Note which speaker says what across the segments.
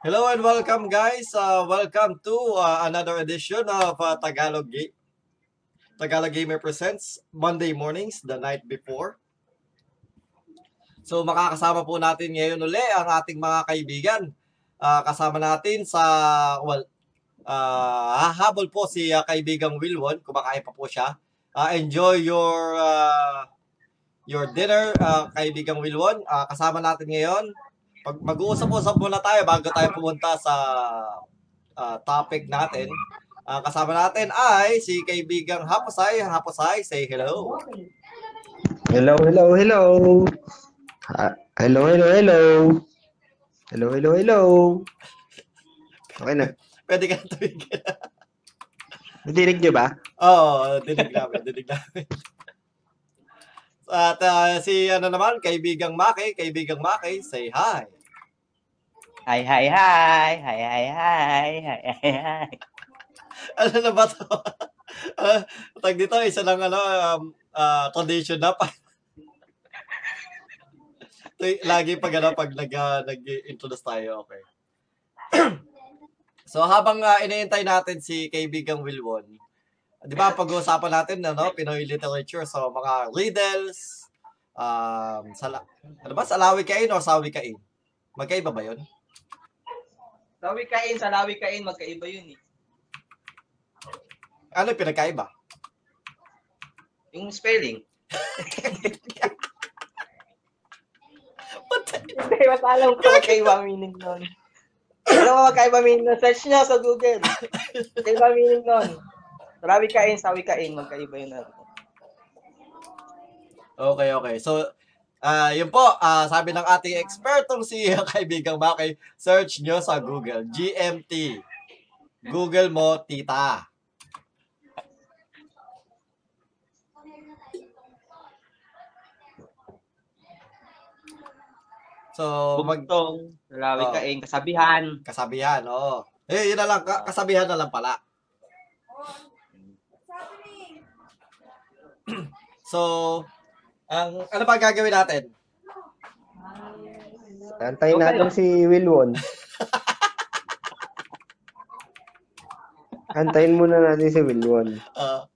Speaker 1: Hello and welcome guys. Uh, welcome to uh, another edition of uh, Tagalog Ga- Tagalog Gamer Presents Monday mornings, the night before. So makakasama po natin ngayon uli ang ating mga kaibigan. Ah, kasama natin sa well ah hahabol po si ah, kaibigang Wilwon, kumakain pa po siya. Ah, enjoy your ah, your dinner ah, kaibigang Wilwon. Ah, kasama natin ngayon pag mag-uusap-usap muna tayo bago tayo pumunta sa ah, topic natin. Ah, kasama natin ay si kaibigang Haposay. Haposay, say hello.
Speaker 2: Hello, hello, hello. Ah, hello, hello, hello. Hello, hello, hello. Okay na.
Speaker 1: Pwede ka na tumigil.
Speaker 2: Nadinig niyo ba?
Speaker 1: Oo, oh, dinig namin, dinig namin. At ah, si ano naman, kaibigang Maki, kaibigang Maki, say hi.
Speaker 3: Hi, hi, hi! Hi, hi, hi! Hi, hi, hi!
Speaker 1: Ano na ba to? Ah, Tag dito, isa lang ano, um, ah, tradition na pa. Tuy- Lagi pag ano, pag nag, ah, nag-introduce tayo, okay. so habang uh, inaintay natin si kaibigang Wilwon, di ba pag-uusapan natin ano, Pinoy literature so mga riddles, um, sala ano ba, salawikain or sawikain? Magkaiba ba yun?
Speaker 4: Sawi kain, sa lawi kain, magkaiba yun eh.
Speaker 1: Ano yung pinagkaiba?
Speaker 4: Yung spelling.
Speaker 1: What the-
Speaker 4: Hindi, mas alam ko magkaiba ang meaning nun. Alam mo magkaiba meaning nun? Search nyo sa Google. Magkaiba meaning nun. Sawi kain, sawi kain, magkaiba yun.
Speaker 1: Okay, okay. So, ah yun po, ah, sabi ng ating ekspertong si kaibigang Maki, search nyo sa Google, GMT. Google mo, tita. So, mag
Speaker 4: Bugtong, salawi
Speaker 3: Oh.
Speaker 1: Oo.
Speaker 4: kain, kasabihan.
Speaker 1: kasabihan, oo. Eh, yun na lang, ka- kasabihan na lang pala. So, ang ano ba gagawin natin?
Speaker 2: Antayin
Speaker 4: Okay.
Speaker 2: natin si Wilwon. Antayin muna natin si Wilwon.
Speaker 1: Uh,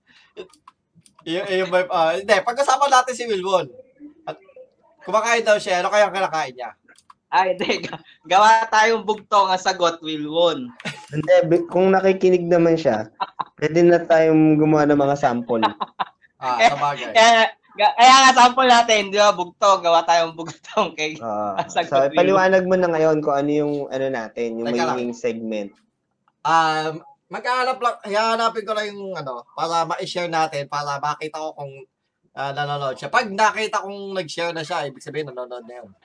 Speaker 1: yung, yung, may- ah, hindi, pag-usapan natin si Wilwon. At, kumakain daw siya, ano kaya ang kinakain niya?
Speaker 4: Ay, teka. Gawa tayong bugtong ang sagot will won.
Speaker 2: Hindi, bi- kung nakikinig naman siya, pwede na tayong gumawa ng mga sample.
Speaker 1: Ah, sa bagay.
Speaker 4: Kaya, ga- kaya nga sample natin, di ba, bugtong, gawa tayong bugtong kay
Speaker 2: Oo.
Speaker 4: Sagot,
Speaker 2: Ah, so,
Speaker 4: Wilwon.
Speaker 2: paliwanag mo na ngayon kung ano yung ano natin, yung
Speaker 1: Teka lang.
Speaker 2: magiging segment.
Speaker 1: Um, maghahanap lang, hahanapin ko lang yung ano, para ma-share natin, para makita ko kung ah, nanonood siya. Pag nakita kong nag-share na siya, ibig sabihin nanonood na yun.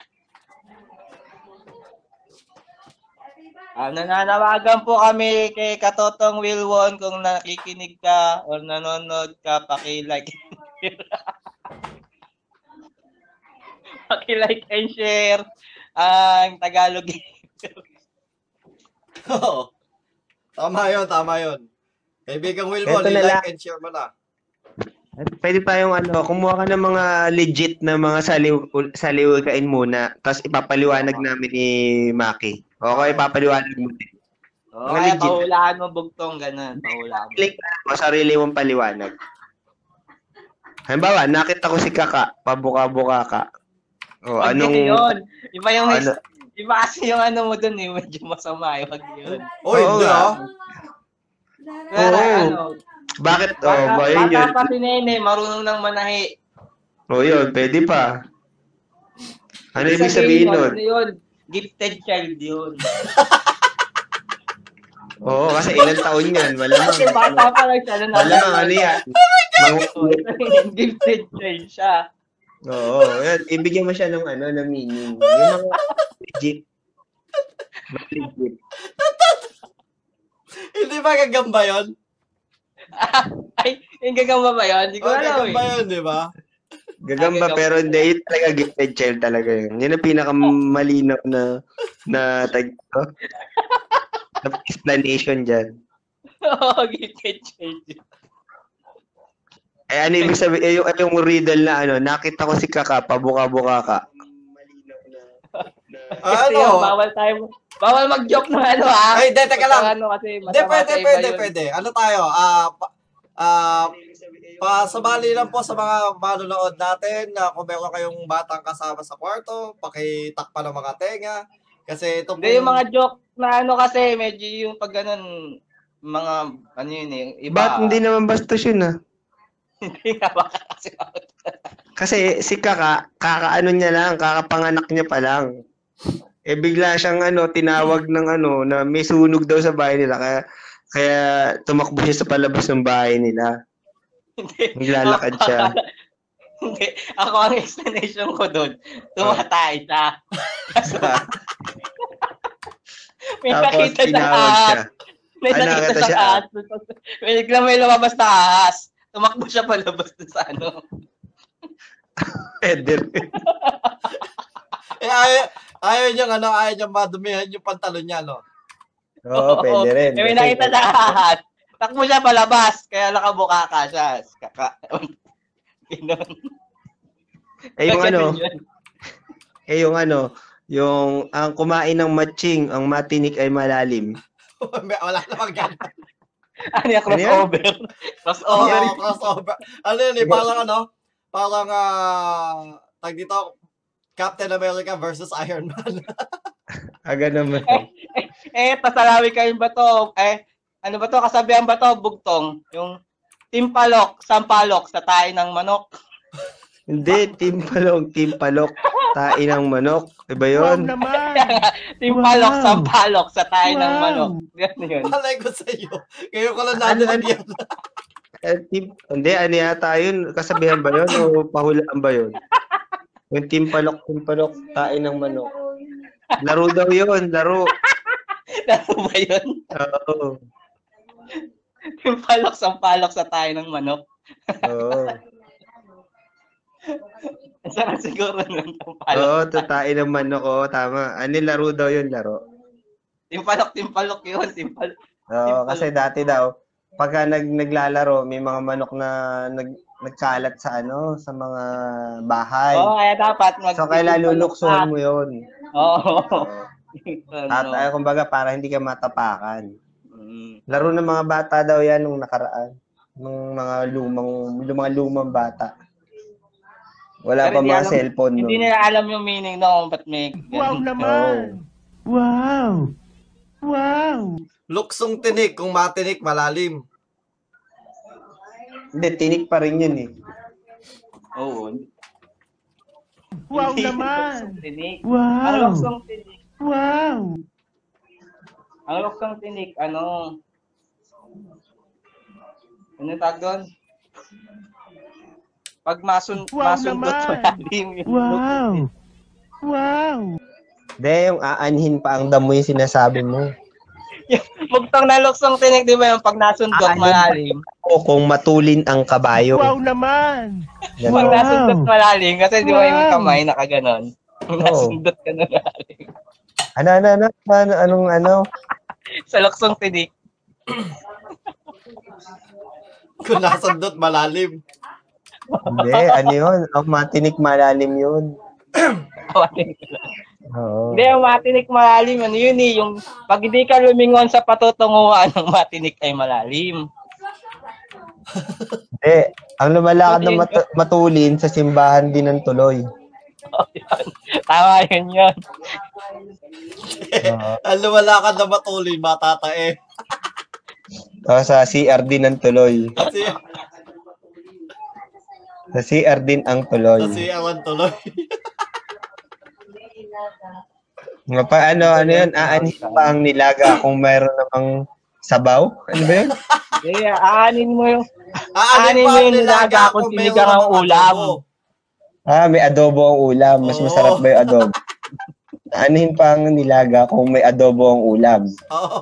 Speaker 4: Ah, nananawagan po kami kay Katotong Wilwon kung nakikinig ka or nanonood ka, paki-like and share. paki-like and share Ah, ang Tagalog.
Speaker 1: Oo. tama yun, tama yun. Kaibigang Wilbon,
Speaker 2: Eto na
Speaker 1: like and share mo na.
Speaker 2: At Pwede tayong ano, kumuha ka ng mga legit na mga saliw, saliwikain muna, tapos ipapaliwanag namin ni Maki. Okay, ipapaliwanag mo din. Mga
Speaker 4: Oh, kaya
Speaker 2: legit.
Speaker 4: pahulaan mo bugtong ganun, pahulaan mo.
Speaker 2: Like, mo, sarili mong paliwanag. Halimbawa, nakita ko si Kaka, pabuka-buka ka. O, Oh,
Speaker 4: Wag
Speaker 2: anong...
Speaker 4: din yun. Iba yung
Speaker 2: Ano?
Speaker 4: iba kasi yung ano mo dun eh, medyo masama eh, wag yun.
Speaker 1: Uy,
Speaker 2: Oo
Speaker 1: hindi
Speaker 2: nga.
Speaker 1: ah.
Speaker 4: Pero
Speaker 2: Oo.
Speaker 4: ano,
Speaker 2: Bakit? O,
Speaker 4: bata,
Speaker 2: ba, yun
Speaker 4: bata
Speaker 2: yun.
Speaker 4: pa si Nene, marunong ng manahi.
Speaker 2: O, yun, pwede pa. Ano ibig
Speaker 4: Sabihin
Speaker 2: sabihin
Speaker 4: mo,
Speaker 2: nun?
Speaker 4: ano yun? Gifted child yun.
Speaker 2: Oo, kasi ilang taon yan, malamang.
Speaker 4: Kasi bata pa lang siya. Ano,
Speaker 2: Malamang, ano
Speaker 1: ah.
Speaker 2: yan? Mga-
Speaker 4: Gifted child siya.
Speaker 2: Oo, yan. Ibigyan mo siya ng ano, ng meaning. Yung mga legit. Mga legit.
Speaker 1: Hindi ba gagamba yun?
Speaker 4: Ay, yung gagamba ba yun? Hindi ko
Speaker 1: Oh,
Speaker 4: alam
Speaker 1: gagamba
Speaker 4: eh.
Speaker 1: yun, di ba?
Speaker 2: Gagamba, pero hindi. Yun talaga, gifted child talaga yun. Yun ang pinakamalinaw na, na tag ko. Na explanation dyan.
Speaker 4: Oo, gifted child yun.
Speaker 2: Eh, ano ibig sabihin? Eh, yung, yung riddle na ano, nakita ko si Kaka, pabuka-buka ka. Malinaw na, na
Speaker 1: Ah,
Speaker 5: Kasi yung
Speaker 1: ano?
Speaker 5: bawal tayo, bawal mag-joke ng ano ah.
Speaker 1: Ay, de, teka lang.
Speaker 5: Ano, kasi
Speaker 1: Hindi,
Speaker 5: masama
Speaker 1: pwede,
Speaker 5: sa iba
Speaker 1: pwede,
Speaker 5: yun.
Speaker 1: pwede. Ano tayo? Ah, pa, ah, pasabali lang po sa mga manunood natin na kung meron kayong batang kasama sa kwarto, pakitakpan ng mga tenga. Kasi ito po,
Speaker 4: Hindi, yung mga joke na ano kasi, medyo yung pag ganun, mga, ano yun eh, yung iba.
Speaker 2: Ba't hindi naman bastos yun ah?
Speaker 4: Hindi nga baka kasi ako.
Speaker 2: Kasi si Kaka, kakaano niya lang, kakapanganak niya pa lang. Eh bigla siyang ano, tinawag ng ano, na may sunog daw sa bahay nila. Kaya, kaya tumakbo siya sa palabas ng bahay nila. Naglalakad siya.
Speaker 4: Hindi, ako ang explanation ko doon. Tumatay siya. May
Speaker 2: Tapos
Speaker 4: nakita siyang
Speaker 2: tinawag siya.
Speaker 4: ahas. May
Speaker 2: Ah,
Speaker 4: nakita
Speaker 2: nakita
Speaker 4: siyang
Speaker 2: siya.
Speaker 4: ahas. May biglang may lumabas na ahas. Tumakbo siya palabas dun sa ano.
Speaker 2: Pwede.
Speaker 1: eh, ayaw, ayaw niyang, ano, ayaw niyang madumihan yung pantalon niya, no?
Speaker 2: Oo, pwede rin.
Speaker 4: Eh, may nakita na ahas. Takbo siya palabas, kaya nakabuka ka siya. Kaka... Ganun.
Speaker 2: Eh, yung ano,
Speaker 4: Ganun yun.
Speaker 2: eh, yung ano, yung ang kumain ng matching, ang matinik ay malalim.
Speaker 1: Wala namang ganun.
Speaker 4: Ano yung crossover?
Speaker 1: Oo,
Speaker 4: crossover.
Speaker 1: crossover. Ano yun eh, parang ano, parang, ah, tag dito, Captain America versus Iron Man.
Speaker 2: Aga naman.
Speaker 4: Eh, tasarawi kayong bato. Eh, ano ba to? Kasabihan ba to? Bugtong. Yung timpalok, sampalok sa tayo ng manok.
Speaker 2: Hindi, team palong, team palok. Tain ng manok. Iba yun?
Speaker 4: Timpalok,
Speaker 2: Wow.
Speaker 4: sampalok sa tayo ng
Speaker 2: Wow.
Speaker 4: manok. Ganun yun.
Speaker 1: Malay ko sa iyo. Ngayon ko lang
Speaker 2: Ano,
Speaker 1: narinig
Speaker 2: ano?
Speaker 1: yan.
Speaker 2: Eh, team, hindi, ano yata yun? Kasabihan ba yun? O pahulaan ba yun? Yung team palok, team palok, tain ng manok. Laro daw yun, laro.
Speaker 4: Ano ba yun?
Speaker 2: Oo.
Speaker 4: Timpalok, sampalok sa tayo ng manok.
Speaker 2: Oo.
Speaker 4: Ang sarap siguro ng timpalok.
Speaker 2: Oo, tatain ng manok. Oo, tama. Ano yung laro daw yun, laro?
Speaker 4: Timpalok, timpalok yun. Timpalok.
Speaker 2: Oo, kasi dati daw, pagka nag, naglalaro, may mga manok na nag, nagkalat sa ano, sa mga bahay.
Speaker 4: Oo, kaya dapat mag- Ah,
Speaker 2: so, kailan luluksuhan mo yun.
Speaker 4: Oo.
Speaker 2: Oo. At, ah,
Speaker 4: Ano?
Speaker 2: ay, kumbaga, para hindi ka matapakan.
Speaker 4: Mm.
Speaker 2: Laro ng mga bata daw yan nung nakaraan. Nung mga lumang, lumang lumang bata. Wala pa
Speaker 4: Pero hindi
Speaker 2: mga
Speaker 4: alam-
Speaker 2: cellphone
Speaker 4: Hindi
Speaker 2: nun.
Speaker 4: nila alam yung meaning no, but may ganun.
Speaker 2: naman! Wow! Wow!
Speaker 1: Luksong tinik, kung matinik, malalim.
Speaker 2: Hindi, tinik pa rin yun eh.
Speaker 4: Oo.
Speaker 2: Wow
Speaker 4: Hindi.
Speaker 2: naman!
Speaker 4: Luksong tinik. Ano Ang
Speaker 2: Wow!
Speaker 4: luksong tinik.
Speaker 2: Wow!
Speaker 4: Ang luksong tinik, ano? Ano yung tawag doon? Pag masun
Speaker 2: Wow
Speaker 4: masundot
Speaker 2: naman!
Speaker 4: malalim yung luksong tinik.
Speaker 2: Wow! De, yung aanhin pa ang damo yung sinasabi mo.
Speaker 4: Mugtong na luksong tinik, di ba yung pag nasundot
Speaker 2: Aanhin pa
Speaker 4: malalim?
Speaker 2: yung O kung matulin ang kabayo. Wow naman!
Speaker 4: Pag nasundot malalim, kasi di ba yung kamay nakaganon? Pag
Speaker 2: Oo.
Speaker 4: nasundot ka na malalim.
Speaker 2: Ano, ano, ano, ano, anong, ano?
Speaker 4: Sa luksong tinik.
Speaker 1: Kung nasundot, malalim.
Speaker 2: Hindi, ano yun? Ang matinik malalim yun.
Speaker 4: Kawaling
Speaker 2: Oo.
Speaker 4: Hindi, yung matinik malalim, ano yun eh, yung pag hindi ka lumingon sa patutunguhan ng matinik ay malalim.
Speaker 2: Hindi. Ang lumalakad na mat- matulin sa simbahan din ng tuloy.
Speaker 4: Oh, yun. Tama yun yun.
Speaker 2: Oo.
Speaker 1: Ang lumalakad na matuloy, matatae.
Speaker 2: O, Ah, sa CR din ng tuloy.
Speaker 1: Kasi,
Speaker 2: Sa CR din ang tuloy.
Speaker 1: kasi awan tuloy.
Speaker 2: Nga pa, ano, ano yun? Aanhin pa ang nilaga kung mayroon namang sabaw? Ano ba yun?
Speaker 4: Hindi, aanin mo yung,
Speaker 1: Aanin pa ang
Speaker 4: Aanin nilaga
Speaker 1: nilaga
Speaker 4: kung
Speaker 1: kung meron
Speaker 4: sinigang ang
Speaker 1: namang
Speaker 4: ulam.
Speaker 1: adobo.
Speaker 2: Ah, may adobo ang ulam. Mas masarap ba yung adobo? Aanhin pa ang nilaga kung may adobo ang ulam.
Speaker 1: Oo.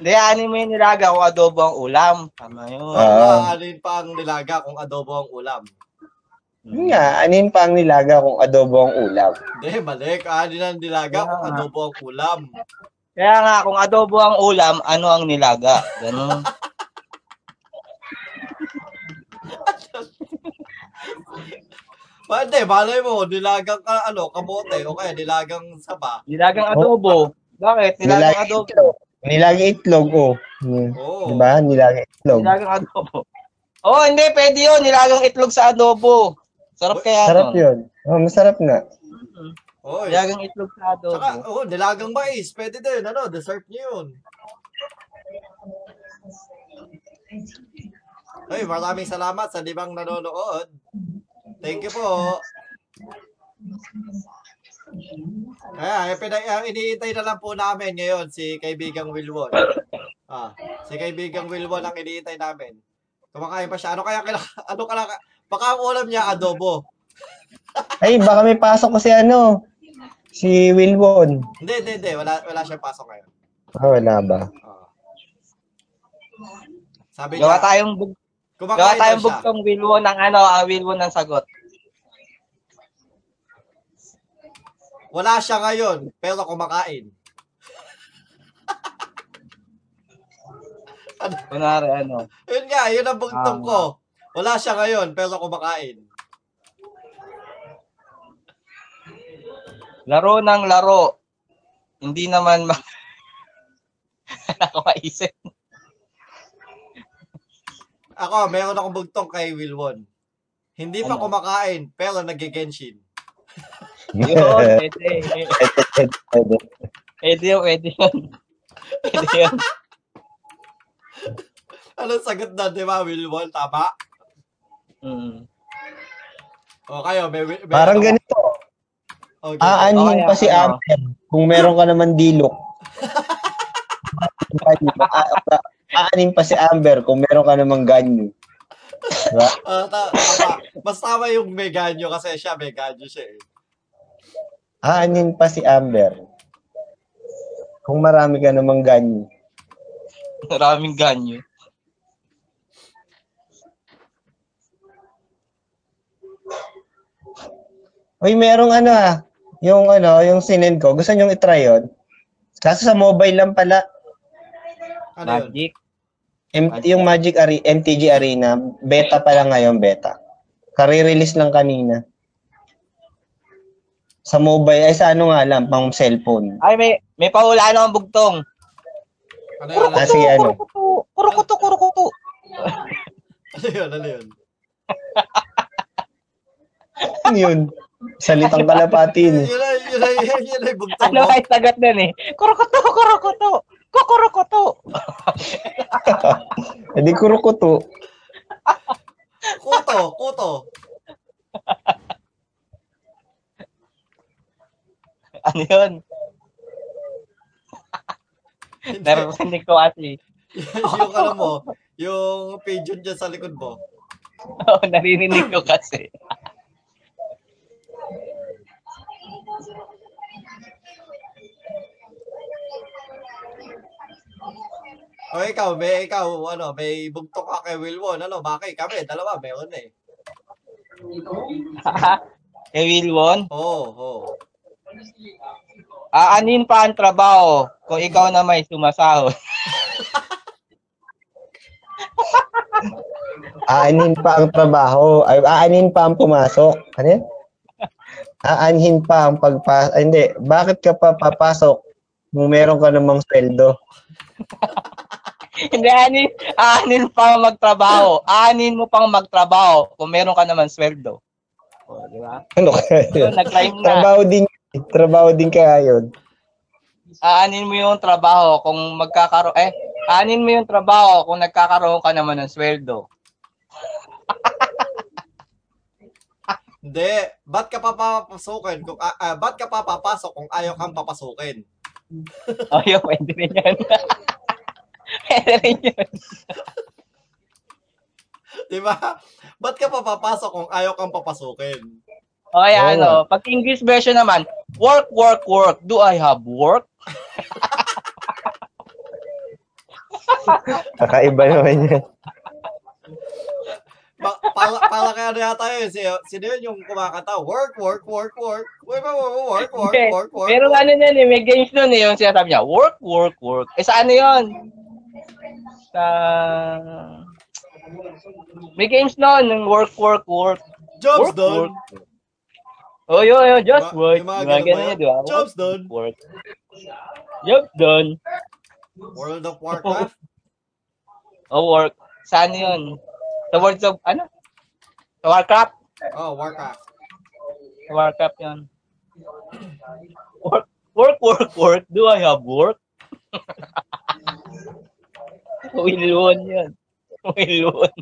Speaker 4: hindi, aanin mo yung nilaga o adobo ang ulam. Tama
Speaker 2: Ah.
Speaker 4: yun.
Speaker 2: Oo.
Speaker 1: Ano, Aanin pa ang nilaga kung adobo ang ulam.
Speaker 4: Hmm.
Speaker 2: Yun nga, aanhin pa ang nilaga kung adobo ang ulam.
Speaker 1: Hindi, mali. Aanin ang
Speaker 4: Ah.
Speaker 1: nilaga kung adobo ang ulam.
Speaker 4: Kaya nga, kung adobo ang ulam, ano ang nilaga? Ganun.
Speaker 1: Pa, hindi, malay mo, nilagang ka, ano, kamote, o kaya nilagang saba.
Speaker 4: Nilagang adobo. Bakit? Nilagang
Speaker 2: Nilagang
Speaker 4: adobo.
Speaker 2: itlog. Nilagang itlog, oh. Hmm.
Speaker 1: Oo.
Speaker 2: Diba? Nilagang itlog.
Speaker 4: Nilagang adobo. Oh, hindi, pwede yun. Nilagang itlog sa adobo. Sarap kaya
Speaker 2: Sarap
Speaker 4: nun.
Speaker 2: yun. Oh, masarap nga.
Speaker 1: Oo.
Speaker 4: Nilagang itlog sa adobo.
Speaker 1: Tsaka, oh, nilagang mais, pwede din, ano, dessert niyo yun. Ay, maraming salamat sa limang nanonood. Thank you po. Kaya, eh, pina- ang iniintay na lang po namin ngayon si kaibigang Wilwon. Ah, si kaibigang Wilwon ang iniintay namin. Kumakain pa siya. Ano kaya, kila- ano kaya, baka ang ulam niya adobo.
Speaker 2: Ay, baka may pasok ko si ano. Si Wilwon.
Speaker 1: Hindi, hindi, hindi. Wala, wala siyang pasok ngayon.
Speaker 2: Ah, wala ba?
Speaker 1: Ah. Sabi
Speaker 4: Gawa
Speaker 1: niya,
Speaker 4: tayong bug gawa
Speaker 1: kumakain daw
Speaker 4: tayong
Speaker 1: siya.
Speaker 4: bugtong Wilwon ng ano, ah, Wilwon ng sagot.
Speaker 1: Wala siya ngayon, pero kumakain.
Speaker 4: Kunwari ano.
Speaker 1: Yun nga, yun ang bugtong
Speaker 4: Tama.
Speaker 1: ko. Wala siya ngayon, pero kumakain.
Speaker 4: Laro ng laro. Hindi naman ma... Ako maisip.
Speaker 1: Ako, meron akong bugtong kay Wilwon. Hindi pa
Speaker 4: Ano?
Speaker 1: kumakain, pero nagigenshin.
Speaker 4: Yun, pwede. Pwede yun, pwede yun. Pwede yun.
Speaker 1: Anong Ano sagot na, di ba, Wilwon? Tama?
Speaker 4: Mm.
Speaker 1: O kayo, may... may
Speaker 2: Parang
Speaker 1: ano-
Speaker 2: ganito.
Speaker 1: Okay.
Speaker 2: Aanin
Speaker 4: Okay,
Speaker 2: pa si
Speaker 4: ano?
Speaker 2: Amber kung meron ka naman dilok. A- Aanin pa si Amber kung meron ka naman ganyo. Diba?
Speaker 1: Ah, ta- tama. Mas tama yung may ganyo kasi siya, may ganyo siya eh.
Speaker 2: Aanin pa si Amber kung marami ka naman ganyo.
Speaker 4: Maraming ganyo.
Speaker 2: Uy, merong ano ah. Yung ano, yung sinend ko. Gusto nyong itry yun? Kaso sa mobile lang pala.
Speaker 1: Ano yun?
Speaker 4: Magic.
Speaker 2: M- yung Magic Are- MTG Arena, beta pa lang ngayon, beta. Kare-release lang kanina. Sa mobile, ay sa ano nga lang, pang cellphone.
Speaker 4: Ay, may, may pahulaan akong bugtong.
Speaker 1: Ano yun?
Speaker 2: Ah, sige, ano?
Speaker 4: Kurukutu, kurukutu, kurukutu.
Speaker 1: Ano yun? Ano yun?
Speaker 2: Ano yun? Salitang kalapati yun. eh.
Speaker 1: Yun ay, yun ay, yun ay, yun ay bugtong
Speaker 4: Ano
Speaker 1: ko.
Speaker 4: kay sagat nun eh? Kurukutu, kurukutu. Kukurukutu.
Speaker 2: E di kurukuto.
Speaker 1: Kuto, kuto.
Speaker 4: Ano yun?
Speaker 1: Hindi.
Speaker 4: Naririnig ko kasi.
Speaker 1: yung alam mo, yung pigeon dyan sa likod mo.
Speaker 4: Oo, naririnig ko kasi.
Speaker 1: O ikaw, may ikaw, ano, may bugtok ka kay Wilwon. Ano, bakit kami? Dalawa, meron eh.
Speaker 4: Kay Wilwon,
Speaker 1: Oo, oh, oo. Oh.
Speaker 4: aanin pa ang trabaho kung ikaw na may sumasahod.
Speaker 2: Aanin pa ang trabaho. Ay, aanin pa ang pumasok. Ano yun? Aanhin pa ang pagpasok. hindi. Bakit ka pa papasok kung meron ka namang sweldo?
Speaker 4: Hindi, aanin, aanin pa ang magtrabaho. Aanin mo pang magtrabaho kung meron ka naman sweldo. O, di ba?
Speaker 2: Ano kaya yun?
Speaker 4: Yun, nag-climb na.
Speaker 2: Trabaho din. Trabaho din kaya yun.
Speaker 4: aanin mo yung trabaho kung magkakaroon eh aanin mo yung trabaho kung nagkakaroon ka naman ng sweldo.
Speaker 1: Hindi, ba't ka pa papasukin? Kung, ah, ah, ba't ka pa papasok kung ayaw kang papasukin?
Speaker 4: O yun, oh, pwede rin yun. pwede rin yun.
Speaker 1: Di ba? Ba't ka pa papasok kung ayaw kang papasukin?
Speaker 4: O
Speaker 2: Oo.
Speaker 4: yan, ano, pag English version naman, work, work, work. Do I have work?
Speaker 2: Kakaiba naman yun.
Speaker 1: Ba- para, para kaya na yata yun. Si, sino yun yung kumakanta? Work, work, work, work. Work, work, work, work,
Speaker 4: Hindi.
Speaker 1: work, work.
Speaker 4: Merong ano nun eh, may games nun eh, yung sinasabi niya, work, work, work. Eh sa ano yun? Sa... May games nun, yung work, work, work.
Speaker 1: Jobs
Speaker 4: Work,
Speaker 1: done.
Speaker 4: work.
Speaker 6: Oh, yun, yun, just
Speaker 1: Yung mga-
Speaker 6: work. Yung
Speaker 1: yung mga
Speaker 6: mga
Speaker 1: ganun ba
Speaker 6: ganun
Speaker 1: yun?
Speaker 6: yun, di ba?
Speaker 1: Jobs done.
Speaker 6: Work. Jobs done.
Speaker 1: World of Warcraft.
Speaker 6: Oh, work.
Speaker 4: Sa ano yun? Sa Words of, ano? Sa Warcraft.
Speaker 1: Oh, Warcraft.
Speaker 4: Sa Warcraft yun.
Speaker 6: Work, work, work, work. Do I have work? Wilwon yun. Wilwon.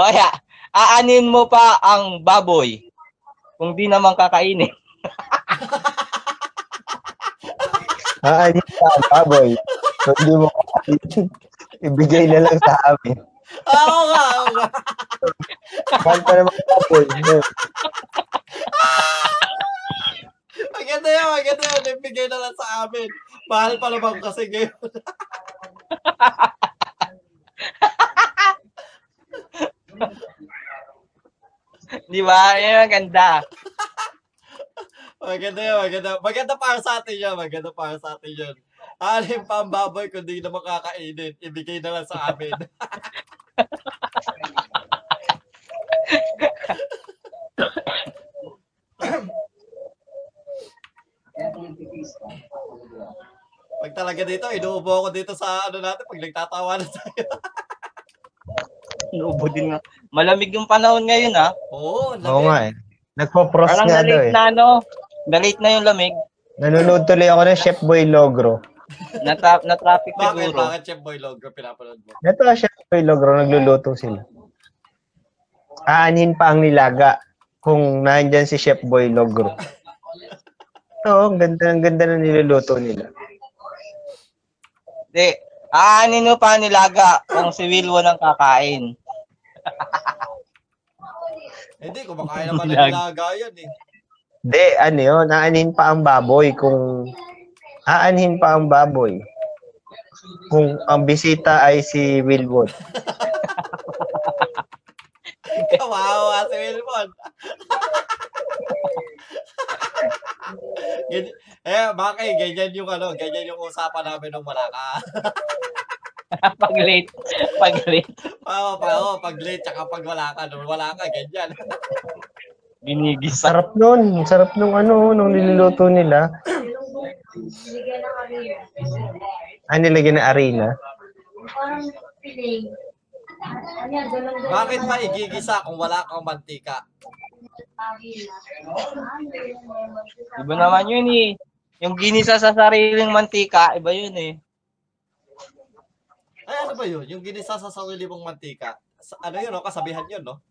Speaker 4: Kaya, Oh, aanin mo pa ang baboy. Kung di naman kakainin.
Speaker 2: Aanin Ah, ka, baboy. So, hindi mo ibigay na lang sa amin.
Speaker 1: Oo Ah, nga, oo nga.
Speaker 2: Mahal pa naman baboy.
Speaker 1: Maganda yan, maganda yan. Ibigay na lang sa amin. Mahal pa naman kasi ngayon.
Speaker 4: Di ba? Yan ang ganda.
Speaker 1: Maganda yan, maganda. Maganda para sa atin yan, maganda para sa atin yan. Alin pa ang baboy kung di na makakainin. Ibigay na lang sa amin. Pag talaga dito, inuubo ako dito sa ano natin pag nagtatawa na tayo.
Speaker 4: Inuubo din nga. Malamig yung panahon ngayon ha.
Speaker 1: Oo, ang
Speaker 2: Oo
Speaker 1: lamig.
Speaker 2: nga eh. Nagpo-pros
Speaker 4: Parang
Speaker 2: nga daw
Speaker 4: na-late
Speaker 2: eh.
Speaker 4: na ano. Na-late na yung lamig.
Speaker 2: Nanonood tuloy ako ng Chef Boy Logro.
Speaker 4: Na-tra- Na-traffic
Speaker 1: Bakit?
Speaker 4: siguro.
Speaker 1: Bakit Chef Boy Logro pinapanood mo?
Speaker 2: Ito, Chef Boy Logro, nagluluto sila. Aanin pa ang nilaga kung nandyan si Chef Boy Logro. Oo, ang ganda, ang ganda na niluluto nila.
Speaker 4: Di. Aanin mo pa ang nilaga kung si Wilwon ang kakain.
Speaker 1: Hindi, kumakain naman ng nilaga yun eh.
Speaker 2: Hindi, ano yun, aanin pa ang baboy kung aanhin pa ang baboy kung ang bisita ay si Wilwood.
Speaker 1: Kawawa si Wilmon. Gan- eh, Maki, ganyan yung ano, ganyan yung usapan namin nung wala ka.
Speaker 4: pag late. Pag late.
Speaker 1: Oo, pa, oo, pag late, tsaka pag wala ka, nung wala ka, ganyan.
Speaker 4: Binigis.
Speaker 2: Sarap nun, sarap nung ano, nung niluluto nila. Ah, nilagyan ng arena.
Speaker 1: Bakit pa igigisa kung wala kang mantika?
Speaker 4: Iba naman yun eh. Yung ginisa sa sariling mantika, iba yun eh.
Speaker 1: Ay, ano ba yun? Yung ginisa sa sarili mong mantika. Sa, ano yun, no? kasabihan yun, no?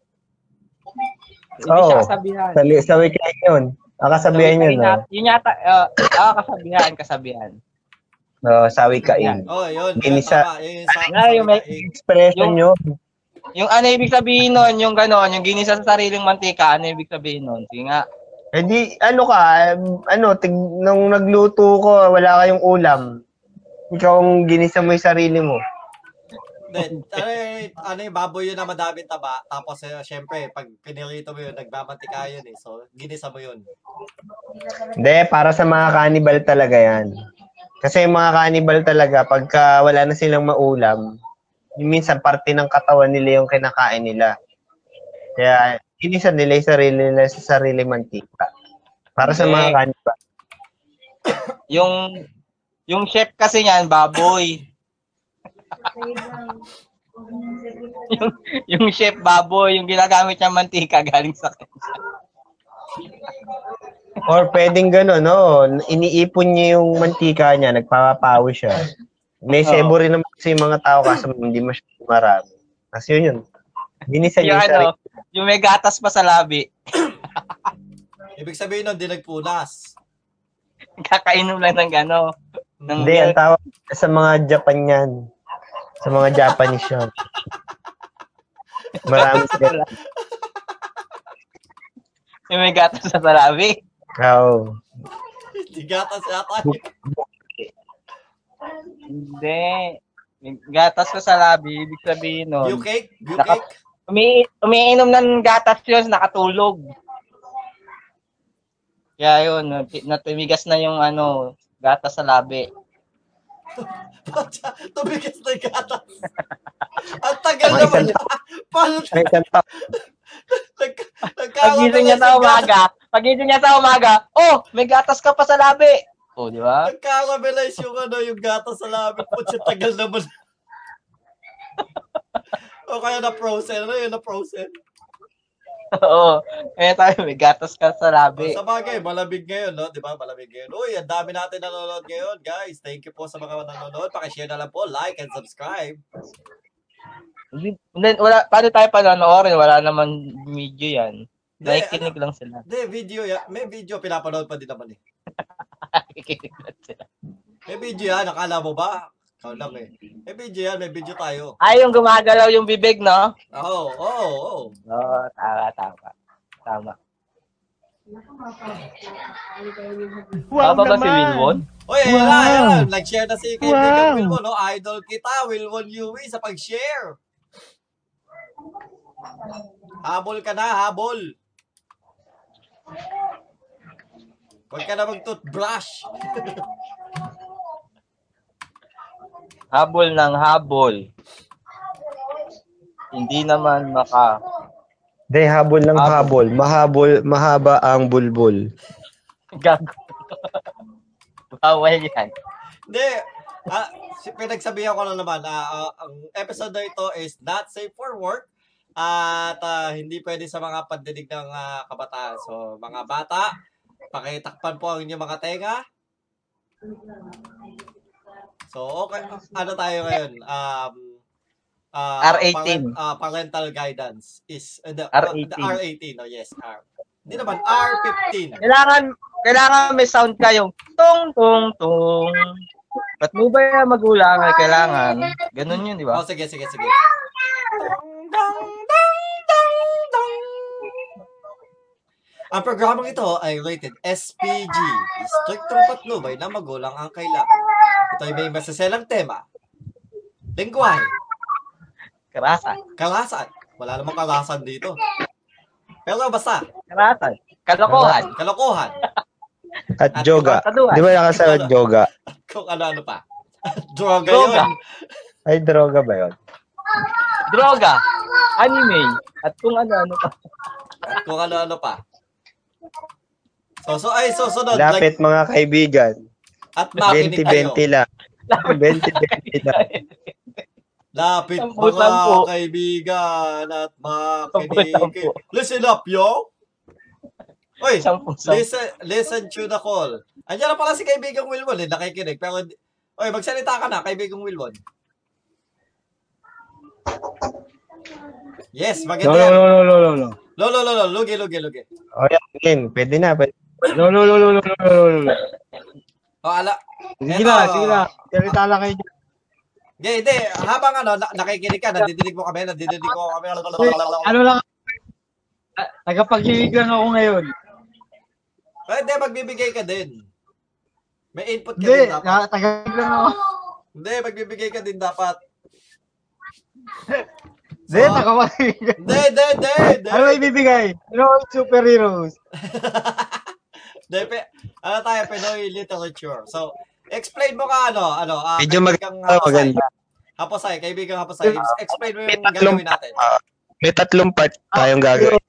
Speaker 4: Hindi siya
Speaker 2: Oo.
Speaker 4: kasabihan.
Speaker 2: Sa, sa weekend yun. Ang kasabihan yun, no?
Speaker 4: Sabihin yun yata, ah, ah, kasabihan, kasabihan.
Speaker 2: No, sa wikain.
Speaker 1: Oo, oh, yun. Yun,
Speaker 2: Ginisa.
Speaker 1: tama. Yun, yung sa,
Speaker 4: Ay, yung may-
Speaker 1: eh,
Speaker 2: Expression yun.
Speaker 4: Yung ano ibig sabihin nun, yung gano'n, yung ginisa sa sariling mantika, ano ibig sabihin nun? Sige nga.
Speaker 2: Eh di, ano ka, um, ano, tig, nung nagluto ko, wala kayong ulam. Ikaw ang ginisa mo yung sarili mo.
Speaker 1: Then, ano, yun, ano yung baboy yun na madaming taba. Tapos, eh, syempre, pag pinirito mo yun, nagmamantika yun eh. So, ginisa mo yun.
Speaker 2: Hindi, para sa mga cannibal talaga yan. Kasi yung mga cannibal talaga, pagka wala na silang maulam, yung minsan parte ng katawan nila yung kinakain nila. Kaya, ginisa nila yung sarili nila sa sarili mantika. Para sa mga
Speaker 4: Hindi.
Speaker 2: cannibal.
Speaker 4: Yung, yung chef kasi niyan, baboy. yung, yung chef baboy, yung ginagamit niya mantika galing sa
Speaker 2: Or pwedeng gano'n, no? Iniipon niya yung mantika niya, nagpapapawi siya. May
Speaker 4: Oo.
Speaker 2: sebo rin naman kasi yung mga tao kaso hindi masyadong marami. Kasi yun yun. Ginisa
Speaker 4: yung
Speaker 2: niya yung
Speaker 4: ano,
Speaker 2: sarili.
Speaker 4: yung may gatas pa sa labi.
Speaker 1: Ibig sabihin nun, di nagpunas.
Speaker 4: Kakainom lang ng gano. Ng
Speaker 2: Hindi, ang tawag sa mga Japan yan. Sa mga Japanese yun. Marami sila.
Speaker 4: Yung may gatas sa salabi.
Speaker 2: Oo.
Speaker 1: Di gatas yata.
Speaker 4: Hindi. May gatas sa salabi, ibig sabihin nun.
Speaker 1: View cake? View
Speaker 4: Naka-
Speaker 1: cake?
Speaker 4: Umi umiinom ng gatas yun, nakatulog. Kaya yun, nati- natumigas na yung ano, gatas sa labi.
Speaker 1: Tumigas na yung gatas. Ang tagal naman. Paano,
Speaker 2: May isang tao.
Speaker 1: Nag- nagkalat
Speaker 4: Pagising
Speaker 1: na
Speaker 4: niya
Speaker 1: si
Speaker 4: sa
Speaker 1: Gas.
Speaker 4: umaga, pagising niya sa umaga, oh, may gatas ka pa sa labi. Oh, di ba?
Speaker 1: Nagkakabilize yung ano, yung gatas sa labi. Putsa, tagal naman. o kaya na-frozen. Ano yun, na-frozen?
Speaker 4: Oo. Kaya sabi, may gatas ka sa
Speaker 1: O,
Speaker 4: labi.
Speaker 1: Oh, sa bagay, malamig ngayon, no? Di ba? Malamig ngayon. Uy, ang dami natin nanonood ngayon, guys. Thank you po sa mga nanonood. Pakishare na lang po. Like and subscribe.
Speaker 4: Hindi, then, wala, paano tayo panonoorin? Wala naman video yan.
Speaker 1: Hindi,
Speaker 4: Nakikinig lang sila.
Speaker 1: Hindi, video yan. May video, pinapanood pa din naman eh.
Speaker 4: Nakikinig lang sila.
Speaker 1: May video yan, nakala mo ba? Ikaw lang eh. May video yan, may video tayo. Oh,
Speaker 4: Ay, yung gumagalaw yung bibig, no?
Speaker 1: Oo, oo, oo.
Speaker 4: Oo, oh, tama, tama. Tama.
Speaker 2: Wow
Speaker 4: Tama ba si
Speaker 2: naman.
Speaker 4: Wilwon?
Speaker 1: Uy, ayan na,
Speaker 2: Wow.
Speaker 1: ayan na. Nag-share na si kaibigan
Speaker 2: Wow.
Speaker 1: Wilwon, no? Idol kita, Wilwon Yui, sa pag-share. Habol ka na, habol. Huwag ka na mag-toothbrush.
Speaker 4: Habol ng habol. Hindi naman maka...
Speaker 2: De, habol ng
Speaker 4: Habol.
Speaker 2: habol. Mahabol, mahaba ang bulbul.
Speaker 4: Gago. Bawal yan.
Speaker 1: Hindi. Ah, si- pinagsabihan ko na naman, ah, ah, ang episode na ito is not safe for work at ah, hindi pwede sa mga pandinig ng ah, kabataan. So, mga bata, pakitakpan po ang inyong mga tenga. So, okay. Ano tayo ngayon? Um, ah,
Speaker 4: R18.
Speaker 1: parent- ah, parental guidance is uh, the, the
Speaker 4: R18.
Speaker 1: R18. Oh, yes, R. Hindi naman, R15.
Speaker 4: Diba? Kailangan, kailangan may sound ka yung tung tung tung. Ba't mo ba yung magulang ay kailangan? Ganun yun, di
Speaker 1: Oh,
Speaker 4: ba?
Speaker 1: sige, sige, sige. Ang programang ito ay rated SPG, Striktong Patnubay na Magulang ang Kailangan. Ito ay may masaselang tema, lingwahe,
Speaker 4: Karasan.
Speaker 1: kalasan. Wala namang kalasan dito. Pero basta,
Speaker 4: Karasan. Kalokohan.
Speaker 1: kalokohan,
Speaker 2: At
Speaker 1: At
Speaker 2: joga.
Speaker 4: kaduan.
Speaker 2: Di ba nakasama
Speaker 1: Kaduan.
Speaker 2: joga?
Speaker 1: kung ano-ano pa. Droga
Speaker 4: Droga.
Speaker 1: yun.
Speaker 2: Ay, droga ba yun?
Speaker 4: Droga. Anime. At kung ano-ano pa.
Speaker 1: At kung ano-ano pa. So, so ay susunod. Like,
Speaker 2: Lapit mga kaibigan.
Speaker 1: at makinig kayo.
Speaker 2: 20-20 lang. 20-20 lang.
Speaker 1: Lapit
Speaker 4: Sampu,
Speaker 1: mga
Speaker 4: sampu.
Speaker 1: kaibigan at makinig.
Speaker 4: Sampu, sampu.
Speaker 1: Listen up, yo! Oy,
Speaker 4: Sampu, sampu.
Speaker 1: listen, listen to the call. Andiyan na pala si kaibigang Wilwon, eh, nakikinig. Pero, hindi- oy, magsalita ka na, kaibigang Wilwon. Yes,
Speaker 7: No,
Speaker 1: maganda
Speaker 7: no,
Speaker 1: yan.
Speaker 7: no, no, no, no, no.
Speaker 1: Lolo, lolo, lugi, lugi, lugi.
Speaker 2: O yan, again, pwede na. Pwede.
Speaker 7: No, no, no, no, no, no, no, no, no.
Speaker 1: O, Oh, ala.
Speaker 7: Sige
Speaker 1: Eto.
Speaker 7: na, sige na. Salita lang kayo. dyan.
Speaker 1: Hindi, hindi. Habang ano, na- nakikinig ka, nandidinig mo kami, nandidinig mo kami.
Speaker 7: Ano lang, ah, tagapakilig lang ako ngayon.
Speaker 1: Pwede, magbibigay ka din. May input ka
Speaker 7: Hindi,
Speaker 1: din dapat.
Speaker 7: ah, tagapakilig lang ako.
Speaker 1: Hindi, magbibigay ka din dapat.
Speaker 7: Hindi,
Speaker 1: So,
Speaker 7: tagapakilig.
Speaker 1: Hindi, hindi, hindi, hindi.
Speaker 7: Ano ibibigay? Ano ang superheroes?
Speaker 1: Hindi, pe- ano tayo, Pinoy literature. So, explain mo ka ano, ano, ah,
Speaker 2: Medyo
Speaker 1: kaibigang
Speaker 2: maganda,
Speaker 1: Haposay.
Speaker 2: maganda.
Speaker 1: Haposay, kaibigang Haposay. Explain mo yung
Speaker 2: ah, May tatlong
Speaker 1: gagawin natin.
Speaker 2: Ah, may tatlong part tayong gagawin.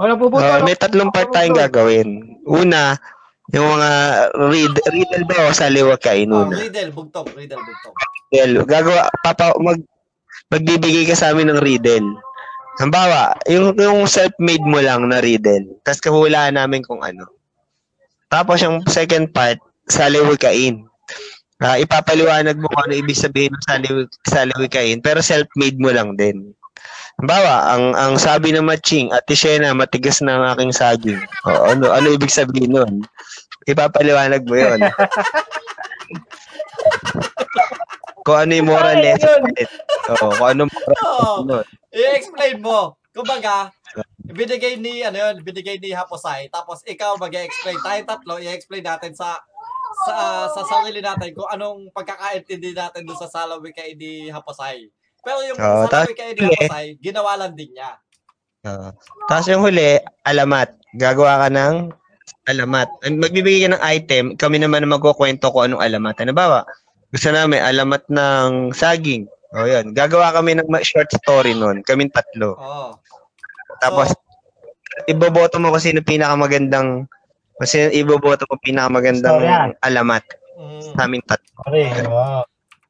Speaker 7: Wala puputol.
Speaker 2: Ah,
Speaker 7: wala
Speaker 2: may tatlong part tayong
Speaker 7: puputol.
Speaker 2: gagawin. Una, yung mga read, riddle ba o saliwa ka
Speaker 1: Oh,
Speaker 2: inuna?
Speaker 1: riddle, bugtong, riddle, bugtong.
Speaker 2: Riddle. Gagawa, papa, mag, magbibigay ka sa amin ng riddle. Halimbawa, yung, yung self-made mo lang na riddle. Tapos kahulaan namin kung ano. Tapos yung second part, saliwikain. Ah, ipapaliwanag mo kung ano ibig sabihin ng saliwi, saliwikain, pero self-made mo lang din. Halimbawa, ang, ang sabi ng matching, Ate Shena, matigas na ang aking saging. O, ano, ano ibig sabihin nun? Ipapaliwanag mo yun. kung ano yung moral
Speaker 4: Ay,
Speaker 2: lesson.
Speaker 4: yun.
Speaker 2: nun. Oo, kung ano moral lesson
Speaker 1: No,
Speaker 2: nun.
Speaker 1: i-explain mo. Kumbaga, binigay ni, ano yun, binigay ni Haposay, tapos ikaw mag explain Tayong tatlo, i-explain natin sa sa sa sarili natin kung anong pagkakaintindi natin doon sa salawi kay ni Haposay. Pero yung
Speaker 2: Oo,
Speaker 1: salawi kay ni
Speaker 2: huli.
Speaker 1: Haposay, ginawa lang din niya.
Speaker 2: Oo. Tapos yung huli, alamat. Gagawa ka ng alamat. Ay, Magbibigay ka ng item, kami naman ang magkukwento kung anong alamat. Ano ba? Gusto namin, alamat ng saging. O yun, gagawa kami ng ma- short story nun, kaming tatlo.
Speaker 1: Oh.
Speaker 2: Tapos, iboboto mo kung sino pinaka-magandang kung sino iboboto mo pinakamagandang
Speaker 8: Story yan.
Speaker 2: alamat
Speaker 1: Mm.
Speaker 2: sa aming tatlo.
Speaker 8: Sorry, wow.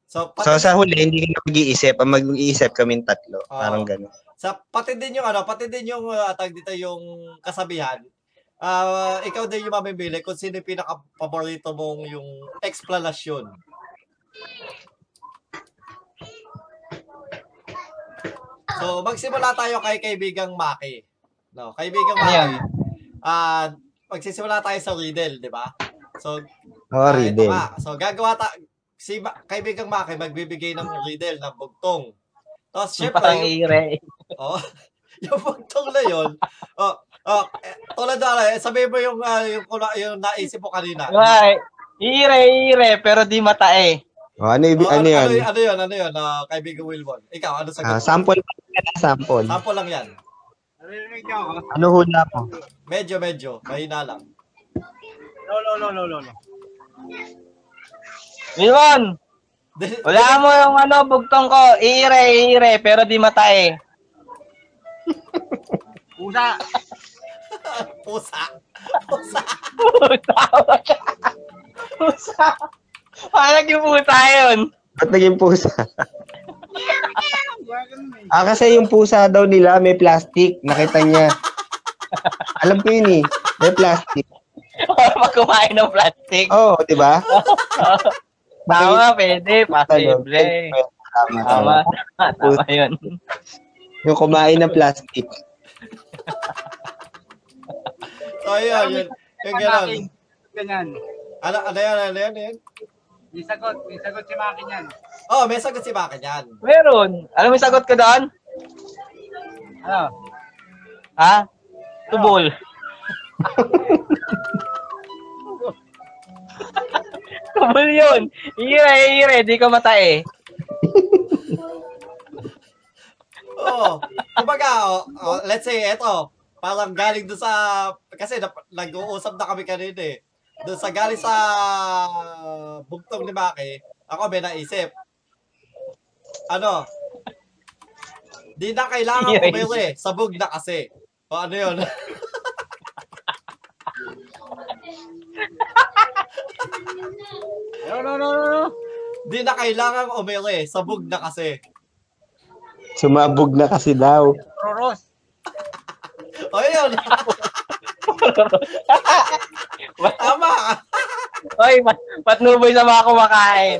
Speaker 1: So,
Speaker 2: So
Speaker 1: pati,
Speaker 2: sa huli, hindi ka mag-iisip. Ang mag-iisip kaming tatlo.
Speaker 1: Oo.
Speaker 2: Parang gano'n.
Speaker 1: sa, pati din yung ano, pati din yung uh, tag dito yung kasabihan. Ah, ikaw din yung mamimili kung sino yung pinaka-paborito mong yung explanation. So, magsimula tayo kay kaibigang Maki. No, kaibigang
Speaker 9: Ano yan?
Speaker 1: Maki. Ah, magsisimula tayo sa riddle, di ba? So,
Speaker 2: Oh,
Speaker 1: Ah, ito
Speaker 2: riddle.
Speaker 1: nga. So, gagawa ta... Si Ma- kaibigang Maki magbibigay ng riddle ng bugtong. Tapos,
Speaker 4: Parang
Speaker 1: syempre, yung,
Speaker 4: ire.
Speaker 1: oh, yung bugtong na yun, oh, oh, eh, tulad na lang, eh, sabihin mo yung, ah, yung, yung, yung naisip mo kanina.
Speaker 4: Ay, ire, ire, pero di matae.
Speaker 2: O, ano,
Speaker 1: Oh,
Speaker 2: yung- ano, yun?
Speaker 1: Ano, ano yun? Ano yun? ah, kaibigang Wilbon. Ikaw, ano sagot?
Speaker 2: Ah,
Speaker 1: mo?
Speaker 2: sample. Sample.
Speaker 1: Sample lang yan.
Speaker 2: Ano hula mo?
Speaker 1: Medyo, medyo. Mahina lang.
Speaker 4: Wilbon,
Speaker 1: Di-
Speaker 4: wala mo yung ano, bugtong ko. Ire, ire, pero di matae.
Speaker 1: Pusa. Pusa.
Speaker 4: Tawa siya. Pusa. Parang yung puta yun.
Speaker 2: Ba't naging pusa? ah, kasi yung pusa daw nila may plastic. Nakita niya. Alam ko yun eh. May plastic.
Speaker 4: Pag kumain ng plastic.
Speaker 2: Oo, oh, di ba?
Speaker 4: Tama, pwede.
Speaker 2: Tanong.
Speaker 4: Possible.
Speaker 2: Tama, tama.
Speaker 4: Tama, tama, tama yun.
Speaker 2: Yung kumain ng plastic.
Speaker 1: So, yun. Yun, yung ganun.
Speaker 10: Ganyan.
Speaker 1: Ano, ano yan? Ano yan? Ano yan?
Speaker 10: May sagot. May sagot si Maki niyan.
Speaker 1: Oh, may sagot si Maki yan.
Speaker 4: Meron. Alam mo yung sagot ko doon?
Speaker 10: Ano?
Speaker 4: Ha? Tubol. Tubol yun. Ire, ire. Di ko matae.
Speaker 1: Oo. Kumbaga, oh, oh, let's say, eto, parang galing doon sa, kasi nap- nag-uusap na kami kanina eh. Doon sa galing sa bugtong ni Maki, ako may naisip. Ano? Di na kailangan
Speaker 4: Yes.
Speaker 1: pumili. Sabog na kasi. O ano yun?
Speaker 10: No, no, no, no, no.
Speaker 1: Di na kailangan umili. Sabog na kasi.
Speaker 2: Sumabog na kasi daw.
Speaker 10: Roros.
Speaker 1: O yun. Tama.
Speaker 4: Hoy, pat patnuboy sa mga kumakain.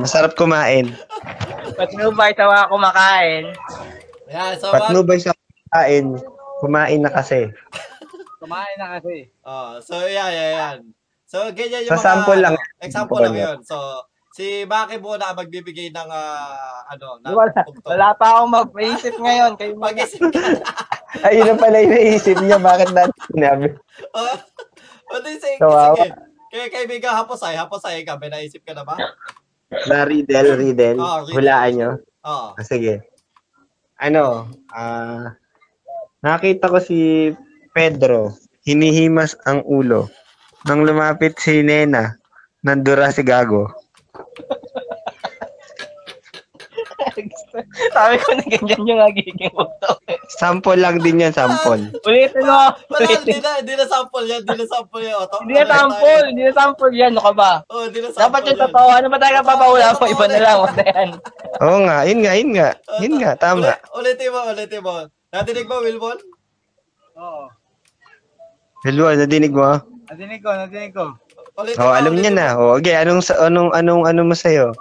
Speaker 2: Masarap kumain.
Speaker 4: Patnubay sa mga kumakain.
Speaker 1: Yan, so mga
Speaker 2: Patnubay sa kumain. Kumain na kasi.
Speaker 10: Kumain na kasi.
Speaker 1: Oh, so yeah, yeah, yan. So ganyan yung
Speaker 2: Sa sample lang.
Speaker 1: ano, example lang
Speaker 2: Kumbaga.
Speaker 1: 'yun. So si Maki muna ang magbibigay ng ah, ano, ng
Speaker 4: Wala,
Speaker 1: punto.
Speaker 4: wala pa akong mag-isip ngayon. Kayo mag
Speaker 1: Pag-isip ka.
Speaker 2: Ayun na pala yung naisip niya. Bakit natin sinabi?
Speaker 1: Oh, ano yung sige,
Speaker 2: Kawawa.
Speaker 1: sige. Kaya kaibigan, hapos ay, hapos ay ka. May naisip ka na ba?
Speaker 2: Na riddle, riddle.
Speaker 1: Oh, riddle.
Speaker 2: Hulaan nyo.
Speaker 1: Oo.
Speaker 2: Ah, sige. Ano, ah, nakita ko si Pedro, hinihimas ang ulo. Nang lumapit si Nena, nandura si Gago.
Speaker 4: Sabi ko na ganyan yung nagiging buto.
Speaker 2: Sample lang din yan, sample.
Speaker 4: Ulitin mo.
Speaker 1: Wala,
Speaker 4: Ulitin.
Speaker 1: hindi na, hindi na sample yan, hindi na sample yan. O, to-
Speaker 4: Hindi na
Speaker 1: ano
Speaker 4: sample.
Speaker 1: tayo?
Speaker 4: Hindi na sample yan. Ano ka ba?
Speaker 1: Oo, hindi na sample
Speaker 4: Dapat yung
Speaker 1: yan.
Speaker 4: totoo. Ano ba talaga papawala mo? Iba na lang. Wala yan.
Speaker 2: Oo nga, yun nga, yun nga.
Speaker 1: O,
Speaker 2: Yun
Speaker 1: Oh, to-
Speaker 2: nga, tama.
Speaker 1: uli- Ulitin mo, ulitin mo. Natinig mo, Wilbon?
Speaker 10: Oo.
Speaker 2: Hello, nadinig mo?
Speaker 10: Nadinig ko, nadinig ko.
Speaker 1: Ulitin
Speaker 2: Oh,
Speaker 1: mo,
Speaker 2: alam niya
Speaker 1: ulitin
Speaker 2: na.
Speaker 1: mo.
Speaker 2: Oh, okay, anong sa- anong anong ano mo sa'yo?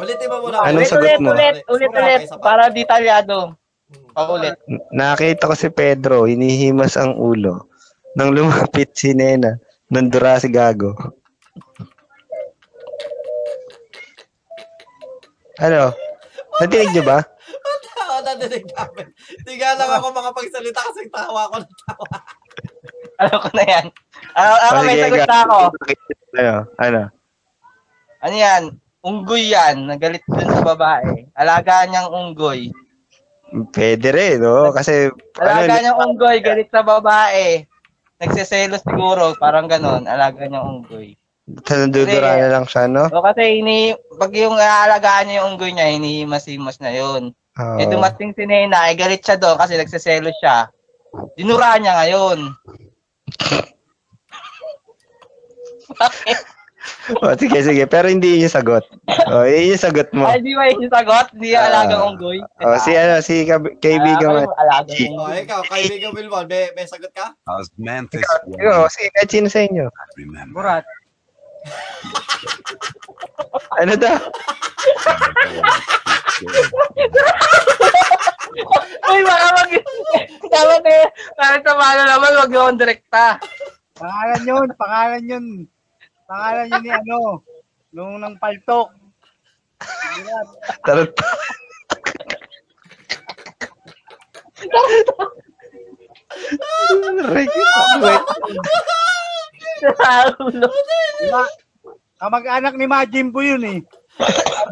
Speaker 1: Ulitin mo muna. ulitin
Speaker 2: Anong
Speaker 4: Ulit,
Speaker 2: sagot
Speaker 4: ulit,
Speaker 2: mo?
Speaker 4: ulit. Ulit, ulit. Para detalyado. Oh,
Speaker 1: Mm.
Speaker 4: Paulit.
Speaker 2: N- Nakita ko si Pedro, hinihimas ang ulo. Nang lumapit si Nena, nandura si Gago. Ano? Natinig niyo ba?
Speaker 1: Oo, nadinig namin. Hindi nga lang ako makapagsalita kasi tawa ko ng tawa.
Speaker 4: Alam ko na yan. Alam, alam Ah, may
Speaker 2: Sige,
Speaker 4: sagot
Speaker 2: Gago.
Speaker 4: na ako.
Speaker 2: Ano? Ano?
Speaker 4: Ano yan? Unggoy yan. Nagalit dun sa babae. Alagaan niyang unggoy.
Speaker 2: Pwede rin, no? Kasi,
Speaker 4: Alaga
Speaker 2: ano,
Speaker 4: niyang unggoy, galit sa babae. Nagseselos siguro, parang ganon. Alaga niyang unggoy.
Speaker 2: Sa nadudura na lang siya, no?
Speaker 4: O kasi ini, pag yung aalagaan niya yung unggoy niya, hinihimas-himas na yun.
Speaker 2: Oo.
Speaker 4: Eh dumating si Nena, eh galit siya doon kasi nagseselo siya. Dinura niya ngayon.
Speaker 2: O, Oh, sige, sige. Pero hindi yun yung sagot. O, yun yung sagot mo.
Speaker 4: Ay, di ba yung sagot? Hindi
Speaker 2: Hmm. Ah.
Speaker 4: alaga unggoy.
Speaker 2: O, si ano, si kab- kaibigan mo.
Speaker 4: Alaga
Speaker 2: G.
Speaker 1: Oh,
Speaker 4: unggoy.
Speaker 1: ikaw, kaibigan Wilbon, may, may sagot ka?
Speaker 8: Osmanthus
Speaker 2: Ikaw, ikaw,
Speaker 8: was
Speaker 2: Oh, sige, kahit sino sa inyo.
Speaker 8: not remembered.
Speaker 10: Burat.
Speaker 2: Ano daw?
Speaker 4: Uy, baka mag... Tama na yun. Kahit eh, sa paano naman, wag yung direkta.
Speaker 10: Pangalan yun, pangalan yun. Pangalan yun ni ano, nung nang paltok.
Speaker 2: Tarot Rick, wait.
Speaker 4: Sa ulo.
Speaker 10: Diba? Kamag-anak ni Majimbo yun eh.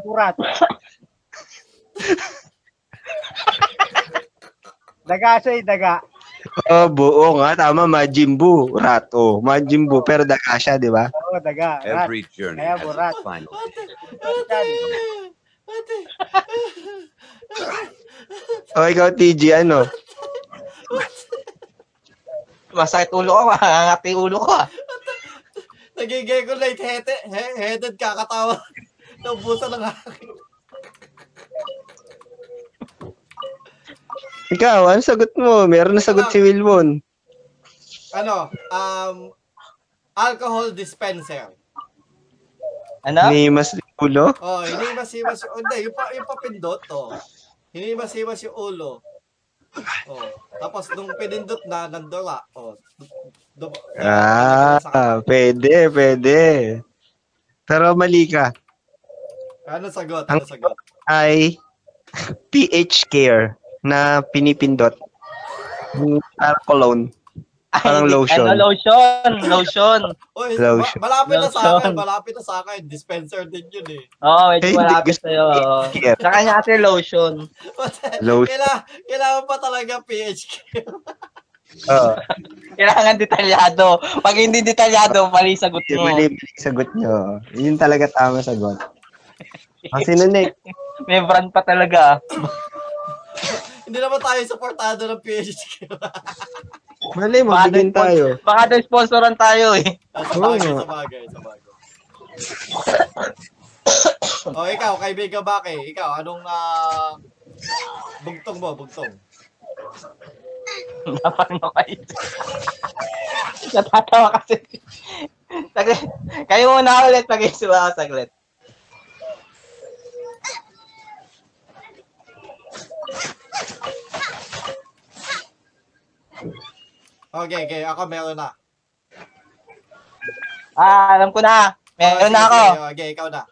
Speaker 10: Burat. daga siya eh, daga.
Speaker 2: Oh, buo nga. Tama, Majimbu. Rat, oh. Majimbu. Pero daga siya, di ba?
Speaker 10: Oo, daga. Rat.
Speaker 8: Every journey
Speaker 10: Kaya
Speaker 8: has
Speaker 10: burat.
Speaker 8: its final.
Speaker 2: O, ikaw, TG, ano?
Speaker 4: Masakit ulo ko, makakangati ulo ko. ah.
Speaker 1: Nagigay ko late hete, he, headed kakatawa. Naubusan ng akin.
Speaker 2: Ikaw, ano sagot mo? Meron na sagot si Wilbon.
Speaker 1: Ano, um, alcohol dispenser.
Speaker 4: Ano?
Speaker 2: Ni Mas Ulo?
Speaker 1: Oh, hinimas-himas yung, hindi, yung, pa, yung papindot, oh. Hinimas-himas yung ulo. Oh. Tapos nung pinindot na, nandura. Oh. Dum-
Speaker 2: Ah, pwede, pwede. Pero mali ka.
Speaker 1: Ano sagot? Ano sagot?
Speaker 2: Ay, PH care na pinipindot. Yung Parang cologne.
Speaker 4: Ay,
Speaker 2: Parang
Speaker 4: hindi-
Speaker 2: lotion.
Speaker 4: Ano, lotion. Lotion.
Speaker 1: Oy,
Speaker 2: Hello,
Speaker 1: ma-
Speaker 2: Sean.
Speaker 1: malapit na sa
Speaker 4: Hello,
Speaker 1: akin,
Speaker 4: Sean.
Speaker 1: malapit na sa akin. Dispenser din yun eh.
Speaker 4: Oo, medyo
Speaker 2: Ay, hindi,
Speaker 4: malapit
Speaker 2: gusto-
Speaker 4: sa'yo. oo.
Speaker 2: Care.
Speaker 4: Sa kanya kasi lotion.
Speaker 2: Hello, Sean.
Speaker 1: Kaila, kailangan pa talaga PHQ.
Speaker 2: Oo.
Speaker 4: Kailangan detalyado. Pag hindi detalyado, mali sagot
Speaker 2: Yung
Speaker 4: mo.
Speaker 2: mali mali sagot nyo. Yun talaga tama sagot. Kasi nun eh.
Speaker 4: May brand pa talaga. ah.
Speaker 1: Hindi naman tayo supportado ng PHQ.
Speaker 2: Mali, mabigyan
Speaker 4: Baka
Speaker 2: tayo.
Speaker 4: Baka na sponsoran tayo eh.
Speaker 1: sa
Speaker 2: Oo
Speaker 1: bagay,
Speaker 2: nga.
Speaker 1: sa bagay, sa bagay. O, ikaw, kaibigan Baki, ikaw, anong ah, bugtong mo, bugtong?
Speaker 4: Napano kayo? Natatawa kasi. Saglit. Kayo muna ulit. Pag-isip ako saglit.
Speaker 1: Okay, okay, ako meron na.
Speaker 4: Ah, alam ko na.
Speaker 1: Oh,
Speaker 4: Meron
Speaker 1: sige,
Speaker 4: na ako.
Speaker 1: sige, okay, ikaw na.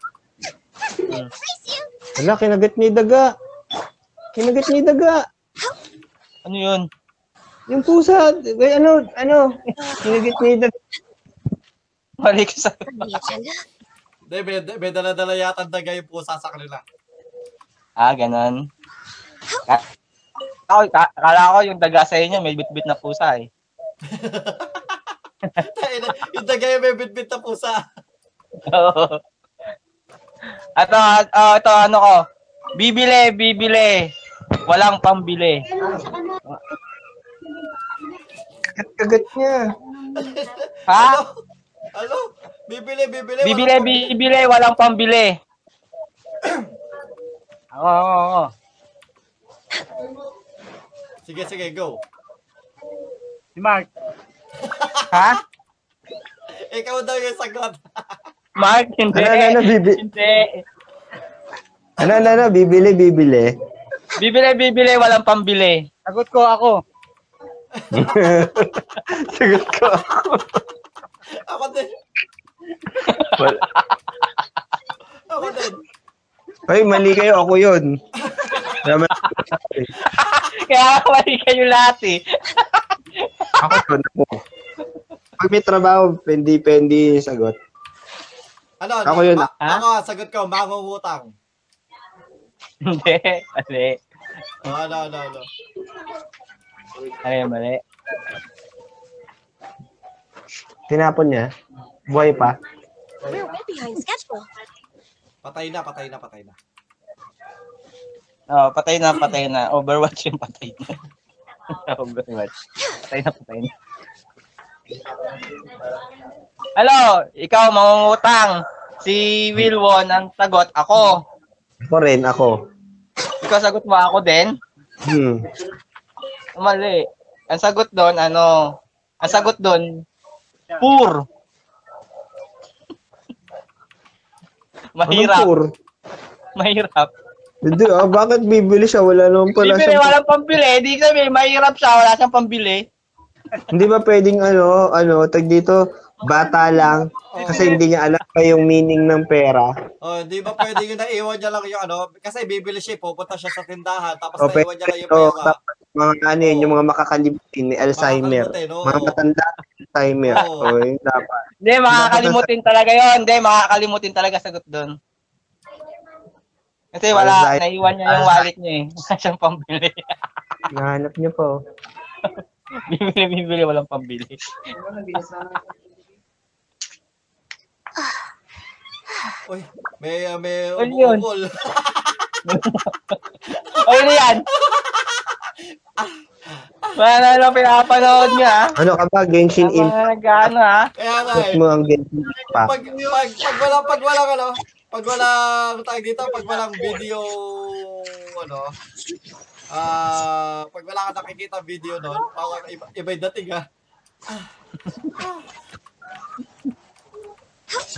Speaker 2: Wala, kinagat ni daga. Kinagat ni daga.
Speaker 4: Ano yun?
Speaker 2: Yung pusa. Ay, ano, ano. Kinagat ni daga.
Speaker 4: Mali ko sa...
Speaker 1: Hindi, may, may dala-dala yata ang daga yung pusa sa kanila.
Speaker 4: Ah, ganun. Ka- Ako, ka- kala ko yung daga sa inyo, may bitbit na pusa eh.
Speaker 1: Tayo na, yung daga yung may bitbit na pusa.
Speaker 4: At ah, ah, ito, ano ko. Bibili, bibili. Walang pambili.
Speaker 2: Kagat niya.
Speaker 4: Ha?
Speaker 1: Ano? Ano? Bibili, bibili.
Speaker 4: Bibili,
Speaker 1: walang pambili.
Speaker 4: bibili. Walang pambili.
Speaker 10: Oo, oo, oo.
Speaker 1: Sige, sige, go.
Speaker 10: Si Mark.
Speaker 4: Ha?
Speaker 1: Ikaw daw yung sagot.
Speaker 4: Mark, hindi.
Speaker 2: Ano, ano, ano, bibi?
Speaker 4: Hindi.
Speaker 2: Ano, ano, ano, bibili, bibili.
Speaker 4: Bibili, bibili. Walang pambili.
Speaker 10: Sagot ko ako.
Speaker 2: sagot ko.
Speaker 1: Ako din.
Speaker 2: Wala.
Speaker 1: Ako din.
Speaker 2: Ay, mali kayo. Ako yun. Tama.
Speaker 4: Kaya mali kayo lahat eh.
Speaker 2: Ako yun. Ako. Pag may trabaho, pendi-pendi yung sagot.
Speaker 1: Ano?
Speaker 2: Ako yun,
Speaker 1: ma-
Speaker 4: ah.
Speaker 1: Ako, sagot ko, mangungutang.
Speaker 4: Hindi. Mali.
Speaker 1: Oh, ano, ano, ano.
Speaker 4: Mali, mali.
Speaker 2: Tinapon niya. Buhay pa.
Speaker 8: behind schedule.
Speaker 1: Patay na, patay na, patay na.
Speaker 4: Oh, patay na, patay na. Overwatch yung patay na. Overwatch. Patay na, patay na. Hello, ikaw mangungutang. Si Wilwon ang sagot ako.
Speaker 2: Ako rin, ako.
Speaker 4: Ikaw sagot mo ako din?
Speaker 2: Hmm.
Speaker 4: Oh, Mali. Ang sagot doon, ano? Ang sagot doon, poor.
Speaker 2: Anong
Speaker 4: mahirap,
Speaker 2: tour?
Speaker 4: mahirap.
Speaker 2: Hindi ah, bakit bibili siya? Wala naman pala
Speaker 4: Bibili,
Speaker 2: siya.
Speaker 4: walang pambili. Hindi sabi, mahirap siya, wala siyang pambili.
Speaker 2: Hindi ba pwedeng ano, ano, tag dito, bata lang, kasi hindi niya alam pa yung meaning ng pera.
Speaker 1: Oh, di ba pwede yung naiwan niya lang yung ano? Kasi bibili siya, pupunta siya sa tindahan, tapos
Speaker 2: O,
Speaker 1: naiwan niya lang yung
Speaker 2: pero,
Speaker 1: pera.
Speaker 2: mga ano yun, yung mga makakalimutin ni Alzheimer.
Speaker 1: Makakalimutin, oo.
Speaker 2: Mga matanda Alzheimer.
Speaker 1: Oo.
Speaker 2: O, yun dapat.
Speaker 4: Hindi, makakalimutin talaga yon Hindi, makakalimutin talaga sagot doon. Kasi wala,
Speaker 2: Alright.
Speaker 4: naiwan niya yung wallet niya eh. Wala siyang pambili.
Speaker 2: Nahanap niyo po.
Speaker 4: bibili, bibili, walang pambili.
Speaker 1: Uy, may, uh, may
Speaker 4: Ano yun?
Speaker 1: umuungol.
Speaker 4: O, yun na yan. Wala na lang pinapanood niya. ah.
Speaker 2: Ano ka ba? Genshin
Speaker 4: Ang
Speaker 2: Impact
Speaker 4: mga nag-ano ha.
Speaker 1: Kaya nga eh.
Speaker 2: mo ang Genshin Impact.
Speaker 1: Pag, pag, pag wala, pag wala, ano? Pag walang, tawag dito, pag walang video, ano? Ah, pag wala ka nakikita video doon, parang iba, iba'y dating ha.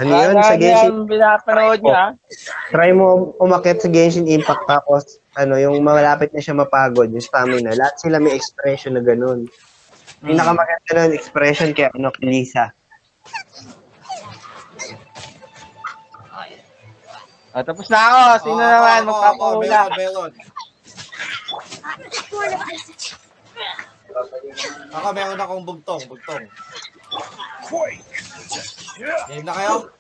Speaker 2: Ano yun? Sa Genshin
Speaker 4: pinapanood niya. ah.
Speaker 2: Try mo umakit sa Genshin Impact tapos ano, yung malapit na siya mapagod, yung stamina. Lahat sila may expression na ganun.
Speaker 1: Mm.
Speaker 2: Pinakamaganda nun expression kaya ano, kay Lisa.
Speaker 4: O, Oh, tapos na ako. Sino
Speaker 1: Oo,
Speaker 4: naman?
Speaker 1: oo, oo,
Speaker 4: Magpapahula.
Speaker 1: Meron, meron. Ako meron akong bugtong, bugtong. Game na kayo?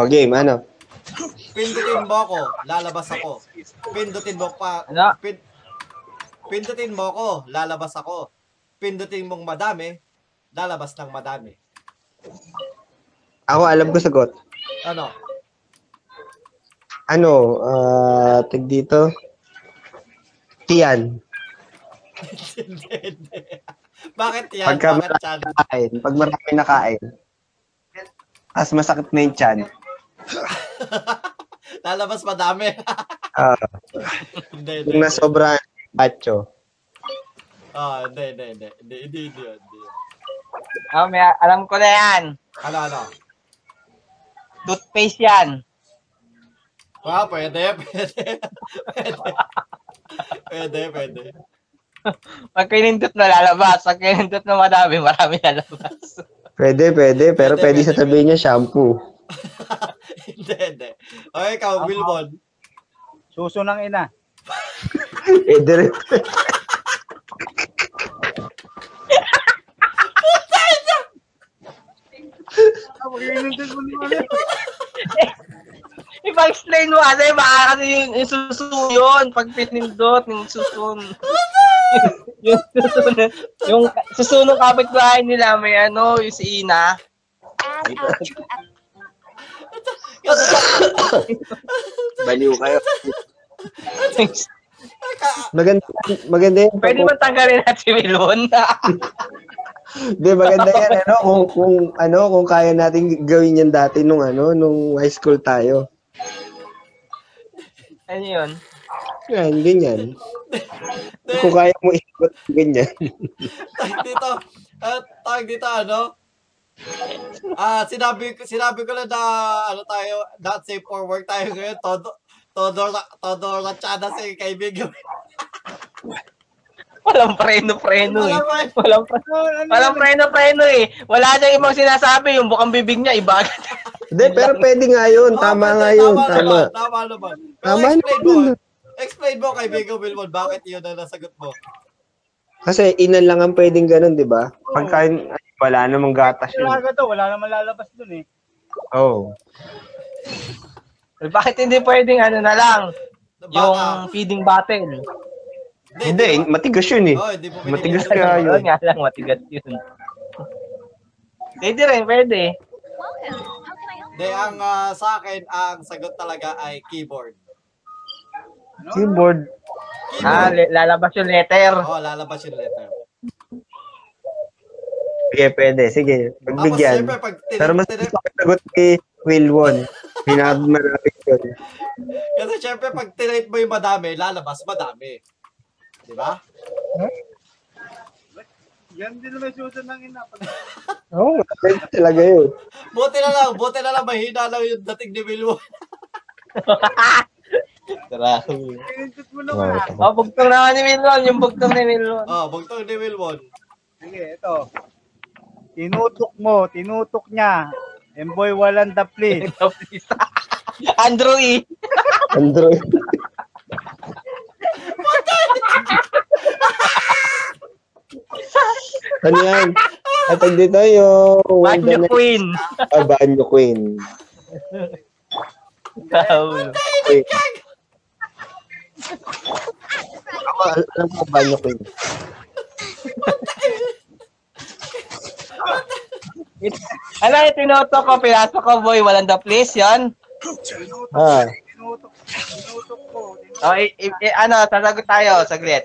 Speaker 2: O, game, ano?
Speaker 1: Pindutin mo ako, lalabas ako. Pindutin mo pa,
Speaker 4: Ano?
Speaker 1: pin, pindutin mo ako, lalabas ako. Pindutin mong madami, lalabas ng madami.
Speaker 2: Ako, alam ko sagot.
Speaker 1: Ano?
Speaker 2: Ano, ah, tag dito? Tiyan.
Speaker 1: Hindi, hindi. Bakit yan?
Speaker 2: Pagka
Speaker 1: Bakit yan?
Speaker 2: marami nakain, pag marami nakain, tapos masakit na yung tiyan.
Speaker 1: Lalabas madami.
Speaker 2: Ah,
Speaker 1: hindi, hindi. hindi.
Speaker 2: yung nasobra bacho.
Speaker 1: Ah, hindi, hindi, hindi. Hindi, hindi, hindi, hindi.
Speaker 4: Ah, may, alam ko na yan.
Speaker 1: Ano, ano?
Speaker 4: Toothpaste yan.
Speaker 1: Wow, Ah, pwede, pwede. Pwede. Pwede, pwede.
Speaker 4: Pag kinindot na lalabas. Pag kinindot na madami, marami lalabas.
Speaker 2: Pwede, pwede, pero
Speaker 1: Pwede,
Speaker 2: pwede, sa
Speaker 1: pwede,
Speaker 2: tabi niya shampoo.
Speaker 1: hindi, hindi. Okay, ikaw, Wilbon.
Speaker 10: Suso ng ina.
Speaker 2: Eh, dire-
Speaker 4: Ipag-explain mo kasi baka kasi yung, yung suso yun. Pag pinindot, yung suso. yung suso na- yung suso ng kapitbahay nila may ano, yung si Ina.
Speaker 8: Add outro at
Speaker 7: Baliw kayo.
Speaker 2: Maganda, maganda yan.
Speaker 4: Pwede ba tanggalin natin si Milon?
Speaker 2: Hindi, maganda yan. Ano, kung, kung, ano, kung kaya natin gawin yan dati nung, ano, nung high school tayo.
Speaker 4: ano yun?
Speaker 2: Yan, ganyan. Kung kaya mo ikot, ganyan.
Speaker 1: Tawag dito, uh, tawag dito, ano? Ah, sinabi ko sinabi ko na na ano tayo, not safe for work tayo ngayon. Todo todo todo ratchada sa kaibigan.
Speaker 4: Walang preno-preno eh.
Speaker 1: Walang preno.
Speaker 4: Walang preno.
Speaker 10: Oh, ano
Speaker 4: Walang preno-preno eh. Wala siyang ibang sinasabi. Yung bukang bibig niya, iba.
Speaker 2: Hindi, pero pwede nga yun. Tama
Speaker 1: eh. pwede,
Speaker 2: nga yun.
Speaker 1: Oh, Tama
Speaker 2: Tama.
Speaker 1: naman, tama naman. Pero
Speaker 2: Tama
Speaker 1: explain
Speaker 2: naman.
Speaker 1: mo. Explain mo kaibigan Wilbon, bakit yun ang nasagot mo?
Speaker 2: Kasi inan lang ang pwedeng ganun, di ba? Pagkain, ay, wala namang gatas yun.
Speaker 10: Talaga to, wala naman lalabas dun eh.
Speaker 2: Oh.
Speaker 4: Bakit hindi pwedeng ano na lang?
Speaker 1: Baka,
Speaker 4: Yung feeding bottle.
Speaker 2: Hindi, matigas yun eh.
Speaker 1: Oh, hindi mo
Speaker 2: Matigas
Speaker 1: binibigyan.
Speaker 2: Kaya yun.
Speaker 4: Ano, Yun nga lang, matigas yun. Pwede rin, pwede.
Speaker 8: welcome. How can I help
Speaker 1: De, ang ah, sa akin, ang sagot talaga ay keyboard. Keyboard.
Speaker 2: Keyboard.
Speaker 4: Ah, li- lalabas yung letter.
Speaker 1: Oo, Oh, lalabas yung letter.
Speaker 2: Sige, pwede. Sige,
Speaker 1: Tapos
Speaker 2: pagbigyan.
Speaker 1: siyempre, pag tin-
Speaker 2: Pero mas
Speaker 1: tin-
Speaker 2: gusto ko sagot ni Wilwon. Pinakamalapit yun.
Speaker 1: kasi siyempre, pag tinate mo yung madami, lalabas madami. Di ba?
Speaker 10: Yan din naman susunod ng ina. Pag
Speaker 2: Oo, pwede talaga yun.
Speaker 1: Buti na lang, buti na lang, mahina lang yung dating ni Wilwon.
Speaker 10: pinintit
Speaker 1: Ano
Speaker 10: mo naman ah.
Speaker 4: Oh, bugtong na ni Milon, yung bugtong ni Milon.
Speaker 1: Oh, bugtong ni Wilwon.
Speaker 10: Sige, ito. Tinutok mo, tinutok niya. Emboy walang dapli.
Speaker 4: Oh, Andrew E.
Speaker 2: Android. ano yan? At ang dito yung
Speaker 4: Banyo Queen.
Speaker 2: Ah, Banyo Queen. Queen. Ako, al- alam ko Banyo Queen.
Speaker 4: ano yung tinoto ko? Pinasok ko, boy. Walang the place, yun.
Speaker 2: Ah,
Speaker 10: Tinutok, tinutok ko. Tinutok
Speaker 4: Oh, i- i- i- ano, sasagot tayo, saglit.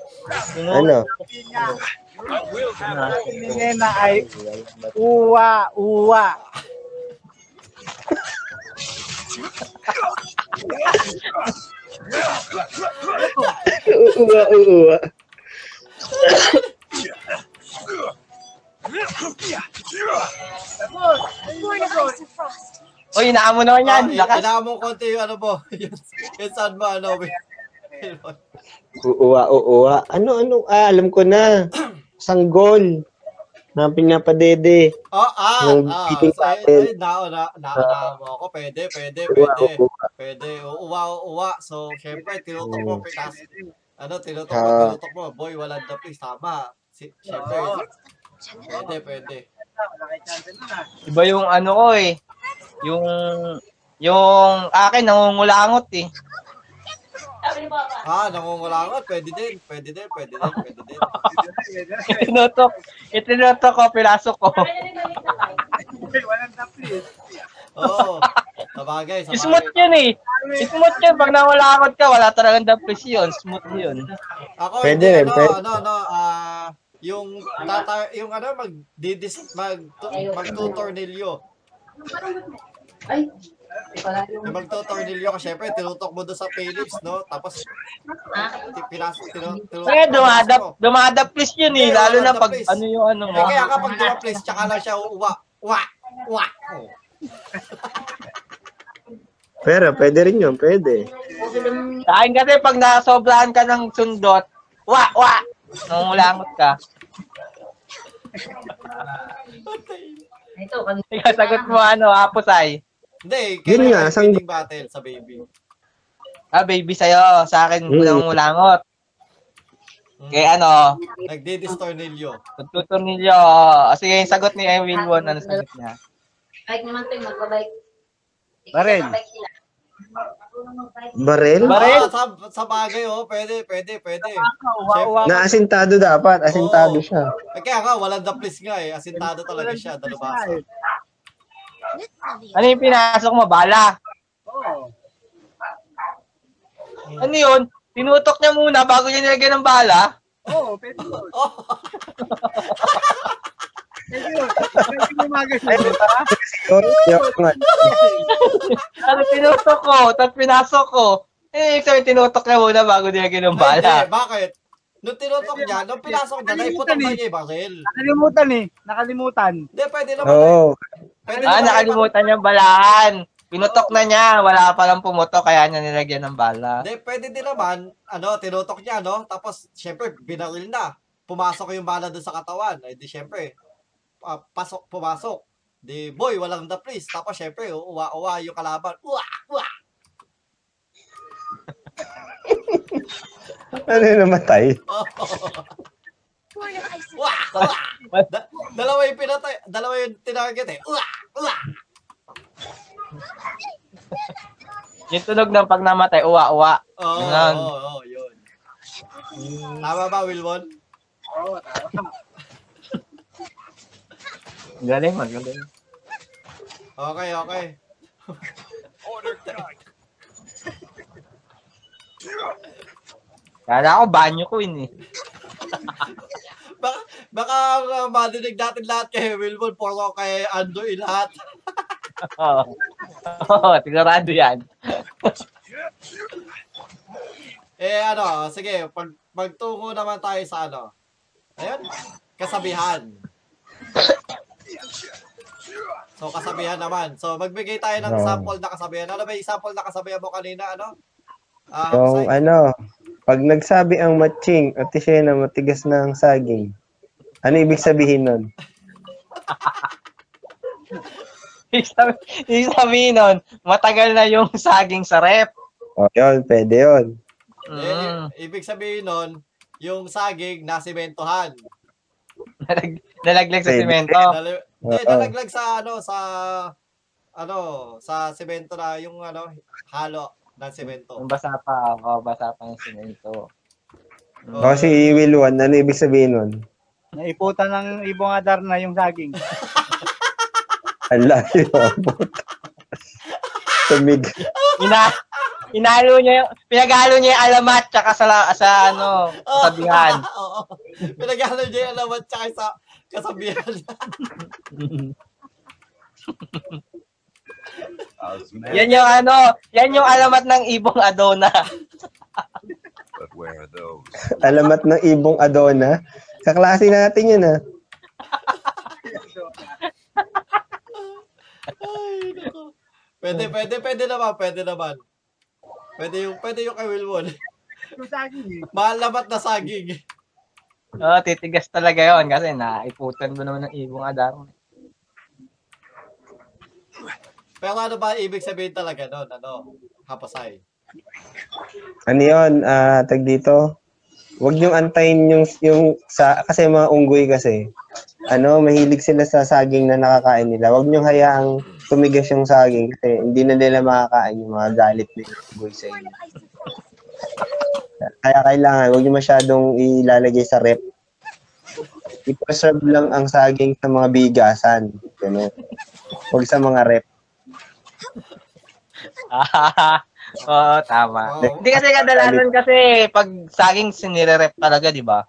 Speaker 2: ano?
Speaker 10: niya. Ang ating ni Nena ay uwa, uwa.
Speaker 2: Uwa, uwa.
Speaker 8: For the ice of frost.
Speaker 4: Uy, inaamo naman yan.
Speaker 1: Oh,
Speaker 4: Lakas.
Speaker 1: Kailangan mo konti yung ano mo. yung, yung sound mo, ano, Wilwon.
Speaker 2: Uwa, uwa. Ano, ano? Ah, alam ko na. Sanggol. Na pinapadede.
Speaker 1: Oh, ah,
Speaker 2: Yung
Speaker 1: ah,
Speaker 2: beating
Speaker 1: so,
Speaker 2: pattern.
Speaker 1: ay, nao, na, nauna mo ako. Pwede, pwede,
Speaker 2: Uwa,
Speaker 1: pwede.
Speaker 2: uwa.
Speaker 1: Pwede, uuwa, uuwa. So, syempre, tinutok mo, pinas, ano, tinutok mo,
Speaker 2: Ah.
Speaker 1: tinutok mo. Boy, walang the place. Tama. Si, syempre, pwede, pwede.
Speaker 4: Iba yung ano ko eh. Yung, yung akin, nangungulangot eh.
Speaker 1: Ah, nangungulangot. Pwede din, pwede din, pwede din, pwede din.
Speaker 4: Tinutok. Itinuto ko, pinasok ko.
Speaker 10: Emboy walang dapli.
Speaker 1: Oo. Oh, sabagay, sabagay.
Speaker 4: Smooth yun eh. Smooth yun. Pag nangulangot ka, wala talagang the place yun. Smooth yun.
Speaker 1: Ako, hindi,
Speaker 2: Pwede rin,
Speaker 1: ano,
Speaker 2: pwede.
Speaker 1: ano, ano, ah, yung tata yung ano mag didis mag magtutornilyo. Yung magtutornilyo ka syempre tinutok mo doon sa Philips, no? Tapos ti- pinas tinu- tinutok
Speaker 4: Kaya
Speaker 1: mo, pinas
Speaker 4: dumadap,
Speaker 1: mo.
Speaker 4: dumadaplis yun eh. Lalo na pag ano yung ano mo.
Speaker 1: Eh, kaya kapag dumaplace tsaka lang siya uwa. Wa, wa. Oh.
Speaker 2: Pero pwede rin yun, pwede.
Speaker 4: Sa akin kasi pag nasobrahan ka ng sundot, wa, wa, nangungulangot ka. Ikaw, sagot mo ano, hapusay.
Speaker 1: Hindi,
Speaker 2: Yun nga,
Speaker 1: kailangan
Speaker 2: sang-
Speaker 1: feeding battle sa baby.
Speaker 4: Ah, baby sa'yo, sa akin,
Speaker 2: Mm.
Speaker 4: nangungulangot.
Speaker 1: Mm.
Speaker 4: Kaya ano,
Speaker 1: Nagdidistornilyo.
Speaker 4: pagtuturnilyo. O, Ah, Sige, yung sagot ni Emil Won, ano sagot niya?
Speaker 11: Bike naman tayo, magbabike.
Speaker 10: Baril.
Speaker 11: Magbabike sila.
Speaker 2: Barel?
Speaker 4: Baril?
Speaker 1: Ah, sa, sa bagay, oh. Pwede, pwede, pwede.
Speaker 4: Uwa-uwa
Speaker 2: Na asintado dapat, asintado
Speaker 1: Oo.
Speaker 2: siya.
Speaker 1: Eh, Kaya nga, walang the place nga eh. Asintado talaga siya, dalubasa.
Speaker 4: Ano yung pinasok mo? Bala. Ano yun? Tinutok niya muna bago niya nilagyan ng bala.
Speaker 10: Oo, pwede yun.
Speaker 1: Oh,
Speaker 10: Pwede yun. Pwede mo magasin.
Speaker 2: Yun, yun nga.
Speaker 4: Ano tinutok ko, tapos pinasok ko. Eh, yung sabi, tinutok niya muna bago nilagyan ng
Speaker 1: hindi,
Speaker 4: bala.
Speaker 1: bakit? Nung tinutok niya, nung pinasok niya, naiputok na niya yung baril.
Speaker 10: Nakalimutan eh. Nakalimutan.
Speaker 1: Hindi, pwede naman. eh.
Speaker 2: Oo.
Speaker 1: Pwede
Speaker 4: Ah,
Speaker 1: naman.
Speaker 4: nakalimutan niya balahan. Pinutok na niya, wala pa lang pumutok, kaya niya nilagyan ng bala.
Speaker 1: Hindi, pwede din naman. Ano, tinutok niya, no? Tapos, syempre, binaril na. Pumasok yung bala doon sa katawan. Eh, di syempre, ah, pasok, pumasok. Di, boy, walang the place. Tapos, syempre, uwa-uwa yung kalaban. Uwa, uwa.
Speaker 2: Ano yung namatay?
Speaker 8: For the ice of
Speaker 1: Uwa, uwa. Da- dalawa yung pinatay, dalawa yung tinarget eh. Uwa, uwa.
Speaker 4: Yung tunog ng pag namatay, uwa-uwa.
Speaker 1: Oo, oh,
Speaker 4: Ganun.
Speaker 1: oo, oo, yun. Tama ba, Wilwon?
Speaker 4: Galing, magaling.
Speaker 1: Okay, okay.
Speaker 4: Kala ko, banyo ko yun eh.
Speaker 1: Baka, baka uh, madinig natin lahat kay Wilbon, puro kay Andoy lahat.
Speaker 4: Oo. Oo, sigurado yan.
Speaker 1: Eh ano, sige, pag, pagtungo naman tayo sa ano. Ayun, kasabihan. So, kasabihan naman. So, magbigay tayo ng
Speaker 2: Oo.
Speaker 1: sample na kasabihan. Ano ba yung sample na kasabihan mo kanina, ano? Ah,
Speaker 2: Yung
Speaker 1: Hapsay?
Speaker 2: ano, pag nagsabi ang matching at siya na matigas na ang saging, ano ibig sabihin nun?
Speaker 4: Ibig sabi- Ibig sabihin nun, matagal na yung saging sa rep.
Speaker 2: O, Oh, yun, pwede yun.
Speaker 1: Eh,
Speaker 4: Mm.
Speaker 1: ibig sabihin nun, yung saging nasimentohan.
Speaker 4: Nalag- nalaglag sa
Speaker 2: Pwede.
Speaker 4: simento.
Speaker 1: Dali- Hindi,
Speaker 2: Oo.
Speaker 1: nalaglag sa ano, sa ano, sa semento na yung ano, halo ng semento.
Speaker 4: Ang basa pa ako, basa pa yung simento.
Speaker 1: Oo.
Speaker 2: O, Mm. Oh, si Will Juan, ano ibig sabihin nun?
Speaker 10: Naiputan ng ibong adar na yung saging.
Speaker 2: Ang layo. Tumig.
Speaker 4: Ina inalo niya yung, pinaghalo niya yung alamat tsaka sa, la- sa ano, kasabihan.
Speaker 1: Oo. Pinagalo niya yung alamat tsaka sa kasabihan.
Speaker 4: Yan yung ano, yan yung alamat ng ibong Adona.
Speaker 2: Alamat ng ibong Adona. Kaklase natin yun, ah.
Speaker 1: Ay, naku. Pwede, pwede, pwede naman, pwede naman. Pwede yung, pwede yung kay Wilwon.
Speaker 10: Yung saging eh.
Speaker 1: Malamat na saging.
Speaker 4: Oh, titigas talaga yon kasi naiputan mo naman ng ibong Adona.
Speaker 1: Pero ano ba ibig sabihin talaga nun, ano, hapasay?
Speaker 2: Ano yun, ah, tag dito? Huwag niyong antayin yung, yung sa, kasi mga unggoy kasi. Ano, mahilig sila sa saging na nakakain nila. Huwag niyong hayaang tumigas yung saging kasi hindi na nila makakain yung mga galit na yung unggoy sa inyo. Kaya kailangan, huwag niyo masyadong ilalagay sa rep. Ipaserve lang ang saging sa mga bigasan. Ganun. Huwag sa mga rep.
Speaker 4: Oo, tama.
Speaker 1: Oo.
Speaker 4: Hindi kasi kadalasan kasi pag saging sinire-rep talaga, di ba?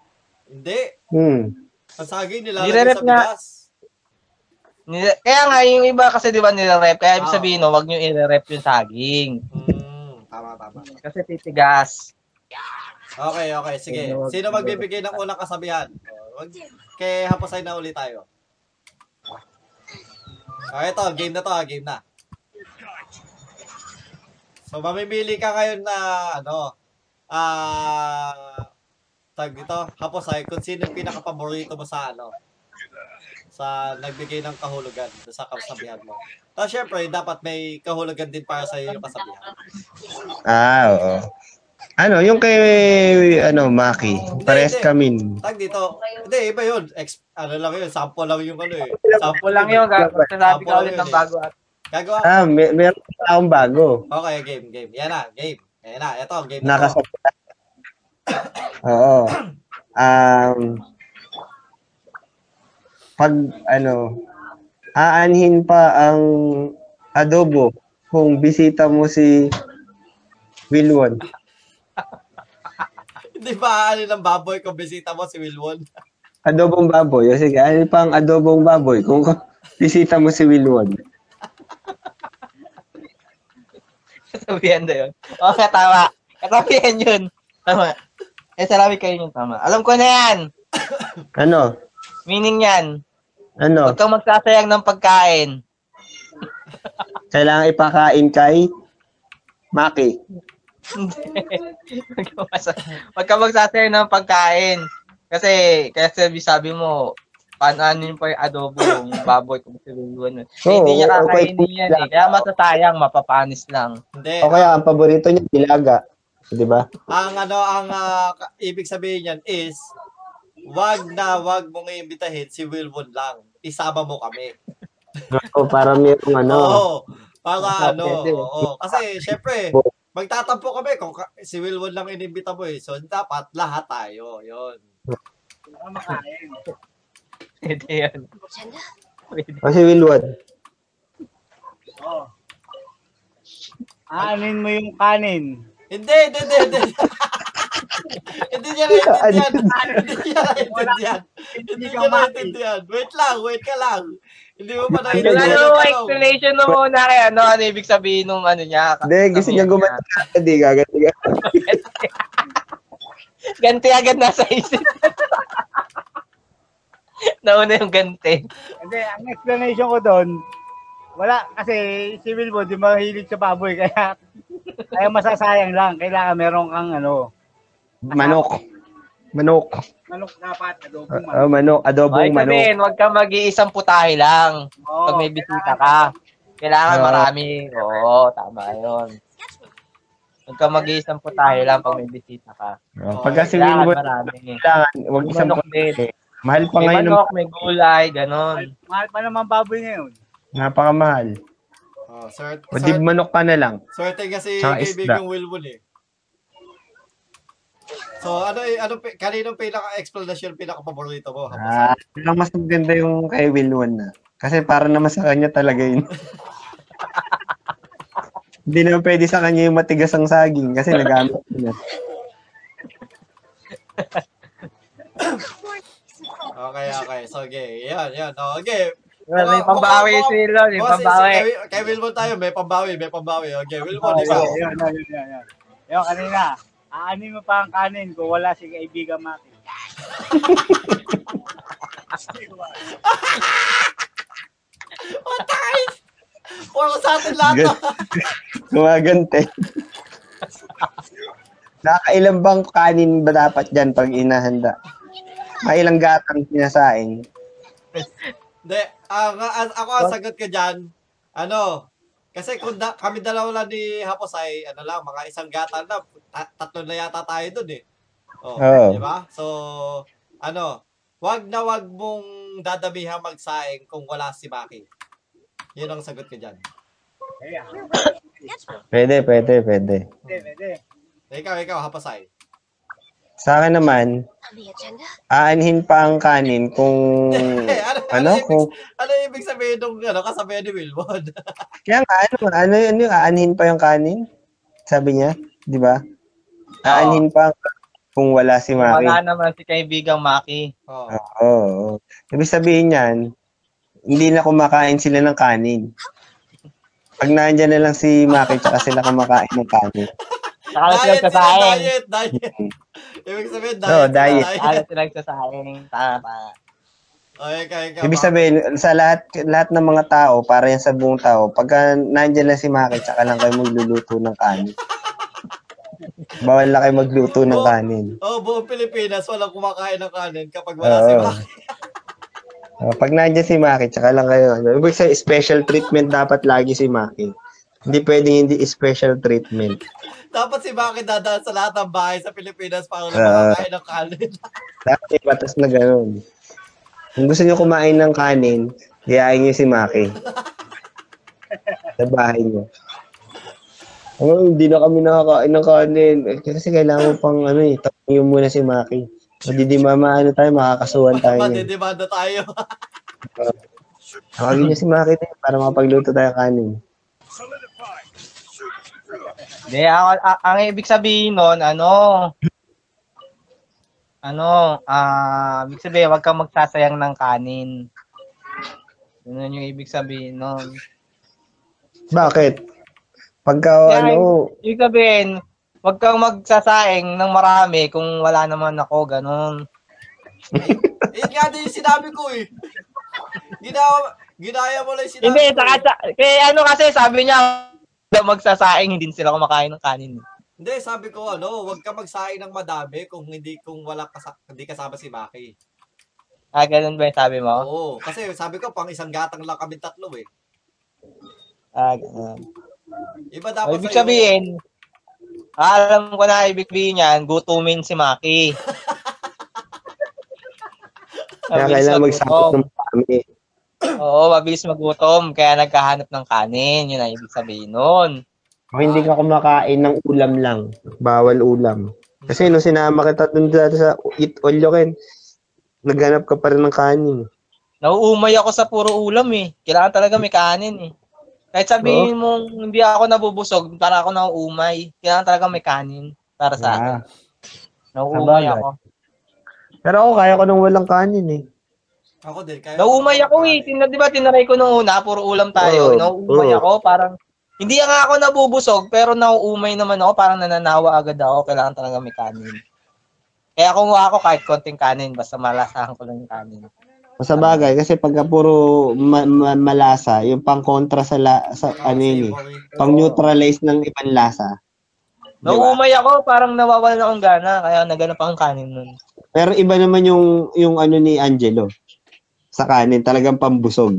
Speaker 1: Hindi.
Speaker 2: Hmm.
Speaker 1: Ang saging
Speaker 4: Nire-rep
Speaker 1: nilalagay sa
Speaker 4: na.
Speaker 1: bigas.
Speaker 4: Nire- Kaya nga, yung iba kasi di ba nire-rep, kaya ibig
Speaker 1: Oo.
Speaker 4: sabihin, no, wag nyo i-rep yung saging.
Speaker 1: Mm, tama, tama.
Speaker 4: Kasi titigas.
Speaker 1: Okay, okay. Sige. Sino magbibigay ng unang kasabihan? O, wag- Kay Hapasay na ulit tayo. Okay, ito. Game na to. ah, Game na. So, mamimili ka ngayon na, ano, ah, tag dito, Hapasay, kung sino yung pinakapaborito mo sa, ano, sa nagbigay ng kahulugan doon sa kasabihan mo. Tapos, syempre, dapat may kahulugan din para sa iyo yung kasabihan.
Speaker 2: Ah, oo. Ano, yung kay, ano, Maki. Pares kamin.
Speaker 1: Tag dito. Hindi, iba yun. Ex- ano lang yun. Sample lang yung ano eh.
Speaker 4: Sample lang yun, gag- magsasabi ka
Speaker 1: ano
Speaker 4: ulit ng bago at
Speaker 1: Gagawa.
Speaker 2: Ah, may, meron pa akong bago.
Speaker 1: Okay, game, game. Yan na, game. Yan na, ito, game na to.
Speaker 2: Nakasabay. Oo. Um, pag, ano, aanhin pa ang adobo kung bisita mo si Wilwon.
Speaker 1: Hindi ba ano ng baboy kung bisita mo si Wilwon?
Speaker 2: Adobong baboy. O sige, aanhin pa ang adobong baboy kung bisita mo si Wilwon.
Speaker 4: kasabihan na yun. Oo, nga, tama. Kasabihan yun. Tama. Eh, sarami kayo yun, tama. Alam ko na yan.
Speaker 2: Ano?
Speaker 4: Meaning yan.
Speaker 2: Ano?
Speaker 4: Huwag kang magsasayang ng pagkain.
Speaker 2: Kailangan ipakain kay Maki.
Speaker 4: Huwag kang masa- Huwag kang magsasayang ng pagkain. Kasi, kaya sabi, sabi mo, paano yun pa yung adobo yung baboy kung sabihin nun. Eh,
Speaker 2: Oo,
Speaker 4: hindi niya
Speaker 2: o- o kay
Speaker 4: kakainin yan eh. Kaya masasayang, mapapanis lang.
Speaker 1: Hindi.
Speaker 2: O kaya ang paborito niya, nilaga. Di ba?
Speaker 1: Ang ano, ang ah, ka- ibig sabihin niyan is, wag na wag mong iimbitahin si Wilwon lang. Isama mo kami.
Speaker 2: O para mayroong ano.
Speaker 1: Oo. Para ano,
Speaker 4: Pwede.
Speaker 1: oo. Kasi, syempre, magtatampo kami kung ka- si Wilwon lang inimbita mo eh. So, dapat lahat tayo. Yun.
Speaker 4: Pwede yun. Pwede.
Speaker 2: O si Wilwon.
Speaker 10: Oh. Aanin mo yung kanin.
Speaker 1: Hindi, hindi, hindi, hindi. Hindi niya naiintindihan. Hindi niya naiintindihan. Hindi niya naiintindihan. Wait lang, wait ka lang. Hindi mo pa
Speaker 4: Yung
Speaker 1: naiintindihan.
Speaker 4: ano,
Speaker 1: ang tanong.
Speaker 4: explanation mo muna kay ano, ano ibig sabihin nung ano niya.
Speaker 2: Hindi, gusto niya gumawa. Hindi, gagaling.
Speaker 4: Ganti agad nasa isip. Nauna yung ganti.
Speaker 10: Kasi ang explanation ko doon, wala kasi si Wilbo di mahilig sa baboy kaya kaya masasayang lang kailangan meron kang ano
Speaker 2: Manok. Manok.
Speaker 10: manok dapat adobong
Speaker 2: Ah, ah, manok.
Speaker 10: manok.
Speaker 4: Ay,
Speaker 2: Adobong manok.
Speaker 4: sabihin, huwag kang mag-iisang putahe lang.
Speaker 10: Oo,
Speaker 4: Pag may bisita ka. Kailangan
Speaker 2: Oo.
Speaker 4: marami. Oo, tama yun. Huwag kang mag-iisang putahe lang pag may bisita ka.
Speaker 2: Oh, pagka si
Speaker 4: Kailangan
Speaker 2: Wilbur,
Speaker 4: marami.
Speaker 2: kailangan, huwag isang
Speaker 4: Manok
Speaker 2: puti. Mahal pa
Speaker 4: May
Speaker 2: ngayon. ng-
Speaker 4: manok, may gulay, ganon.
Speaker 10: mahal pa naman baboy ngayon.
Speaker 2: Napakamahal.
Speaker 1: Oh, swerte,
Speaker 2: O di
Speaker 1: swerte,
Speaker 2: manok ka na lang.
Speaker 1: swerte kasi
Speaker 2: Tsaka isda.
Speaker 1: kaibigang Wilbon eh. So, ano, eh, ano, pi- kaninong pinaka-explanation, pinaka-paborito mo? Hapos?
Speaker 2: Ah, yun lang mas maganda yung kay Wilwon na. Kasi para naman sa kanya talaga yun. Hindi na pwede sa kanya yung matigas ang saging kasi nagamit niya.
Speaker 1: Okay, okay. So, okay. Yan, yan. Oh, okay.
Speaker 4: Well, may
Speaker 1: Baka-
Speaker 4: pambawi
Speaker 1: baka-
Speaker 4: si Lon, may
Speaker 1: Boss, si,
Speaker 4: pambawi.
Speaker 1: kay, kay Wilbon tayo. May pambawi, may pambawi. Okay, Wilbon,
Speaker 4: Ah,
Speaker 10: Oh,
Speaker 1: ikaw.
Speaker 10: yun, yun, yun, yun, yun. Yun, kanina, aanin mo pa ang kanin kung wala si kaibigan Maki.
Speaker 1: Puro sa atin lahat.
Speaker 2: Good.
Speaker 1: to.
Speaker 2: Gumagante. Nakailang bang kanin ba dapat dyan pag inahanda? Mailang gatang sinasain.
Speaker 1: Hindi. Ang- ang- ako ang sagot ko dyan, ano, kasi kung da- kami dalawa lang ni Hapos ay, ano lang, mga isang gata na, ta- tatlo na yata tayo dun eh. Oh,
Speaker 2: Oo.
Speaker 1: di ba? So, ano, wag na wag mong dadamihan magsaing kung wala si Maki. Yun ang sagot ko dyan.
Speaker 10: Kaya,
Speaker 2: Pwede, pwede, pwede.
Speaker 10: pwede, pwede.
Speaker 1: Ikaw, ikaw, Hapasay.
Speaker 2: Sa akin naman,
Speaker 8: On the agenda?
Speaker 2: aanhin pa ang kanin kung
Speaker 1: ano, ano,
Speaker 2: ano
Speaker 1: ibig,
Speaker 2: kung
Speaker 1: ano ibig sabihin nung ano, kasabihan ni Wilbon?
Speaker 2: Kaya nga, ano, ano, ano yung aanhin pa yung kanin? Sabi niya, di ba? Aanhin pa ang kung wala si Maki.
Speaker 4: Wala naman si kaibigang Maki.
Speaker 1: oh.
Speaker 2: Oo. oo. Ibig sabihin niyan, hindi na kumakain sila ng kanin. Pag nandyan na lang si Maki, tsaka sila kumakain ng kanin.
Speaker 4: Nakala silang
Speaker 1: diet, sila,
Speaker 4: kasahin.
Speaker 1: diet, diet. Ibig sabihin, diet.
Speaker 2: Mm. Oo,
Speaker 1: sila,
Speaker 2: diet.
Speaker 4: Nakala silang kasahin. Tama, tama.
Speaker 1: Oh, ikaw, ikaw.
Speaker 2: Ibig
Speaker 1: Maki.
Speaker 2: sabihin, sa lahat lahat ng mga tao, para yan sa buong tao, pagka nandyan na si Maki, tsaka lang kayo magluluto ng kanin. Bawal na kayo magluto ng kanin.
Speaker 1: Oh, buong Pilipinas, walang kumakain ng kanin kapag wala si
Speaker 2: Oo.
Speaker 1: Maki.
Speaker 2: Oh, pag nandiyan si Maki, tsaka lang kayo. ano, Ibig sabihin, special treatment dapat lagi si Maki. Hindi pwedeng hindi special treatment.
Speaker 1: Dapat si Maki dadaan sa lahat ng bahay sa Pilipinas para lang
Speaker 2: Ah.
Speaker 1: makakain ng kanin.
Speaker 2: Dapat may batas na ganun. Kung gusto niyo kumain ng kanin, diyain niyo si Maki. Sa bahay niyo. Oh, hindi na kami nakakain ng kanin. Eh, kasi kailangan mo pang ano eh, tapos muna si Maki. Hindi di mama, ano tayo, makakasuhan tayo niyan.
Speaker 1: Madidimanda tayo.
Speaker 2: Tawagin niyo si Maki din para makapagluto tayo ng kanin.
Speaker 4: Hindi, ako, a- ang ibig sabihin nun, ano, ano, ah, ibig sabihin, huwag kang magsasayang ng kanin. Yun yung ibig sabihin nun.
Speaker 2: Bakit? Pagka
Speaker 4: Kaya-
Speaker 2: ano,
Speaker 4: Ibig sabihin, huwag kang magsasaing ng marami kung wala naman ako, ganun.
Speaker 1: Yun nga Eh, din yung sinabi ko eh. Ginawa, ginaya mo lang yung sinabi
Speaker 4: Hindi,
Speaker 1: ko.
Speaker 4: saka,
Speaker 1: eh.
Speaker 4: sa- kaya ano kasi, sabi niya, daw magsasaing, hindi sila kumakain ng kanin.
Speaker 1: Hindi, sabi ko ano, huwag ka magsaing ng madami kung hindi kung wala kasa, hindi kasama si Maki.
Speaker 4: Ah, ganun ba yung sabi mo?
Speaker 1: Oo, kasi sabi ko pang isang gatang lang kami tatlo eh.
Speaker 4: Ah, ganun.
Speaker 1: Iba
Speaker 4: O,
Speaker 1: dapat
Speaker 4: ibig
Speaker 1: sa'yo.
Speaker 4: sabihin, ah, alam ko na ibig sabihin niyan, gutumin si Maki.
Speaker 2: Kaya kailangan magsabot
Speaker 4: Oh.
Speaker 2: ng marami.
Speaker 4: Oo, mabilis magutom, kaya nagkahanap ng kanin. Yun ang ibig sabihin nun.
Speaker 2: Kung hindi ka kumakain ng ulam lang, bawal ulam. Kasi nung sinama kita dun dati sa Eat All You Can, naghanap ka pa rin ng kanin.
Speaker 4: Nauumay ako sa puro ulam eh. Kailangan talaga may kanin eh. Kahit sabihin mong hindi ako nabubusog, para ako nauumay. Kailangan talaga may kanin para sa akin.
Speaker 10: Ah,
Speaker 4: Nauumay
Speaker 10: sabagay.
Speaker 4: ako.
Speaker 2: Pero ako, kaya ko nung walang kanin eh.
Speaker 1: Ako din. Kaya
Speaker 4: Nauumay ako eh. Tina, di ba tinaray ko nung una, puro ulam tayo. eh.
Speaker 2: Oo,
Speaker 4: nauumay
Speaker 2: oo.
Speaker 4: ako, parang hindi nga ako nabubusog, pero nauumay naman ako, parang nananawa agad ako, kailangan talaga may kanin. Kaya kumuha ako kahit konting kanin, basta malasahan ko lang yung kanin.
Speaker 2: Sa bagay, kasi pagka puro ma- ma- malasa, yung pang kontra sa, la- sa ano yun eh,
Speaker 1: savory.
Speaker 2: pang neutralize ng ibang lasa. Di ba?
Speaker 4: Nauumay ako, parang nawawala na akong gana, kaya naganap ang kanin nun.
Speaker 2: Pero iba naman yung yung ano ni Angelo sa kanin, talagang pambusog.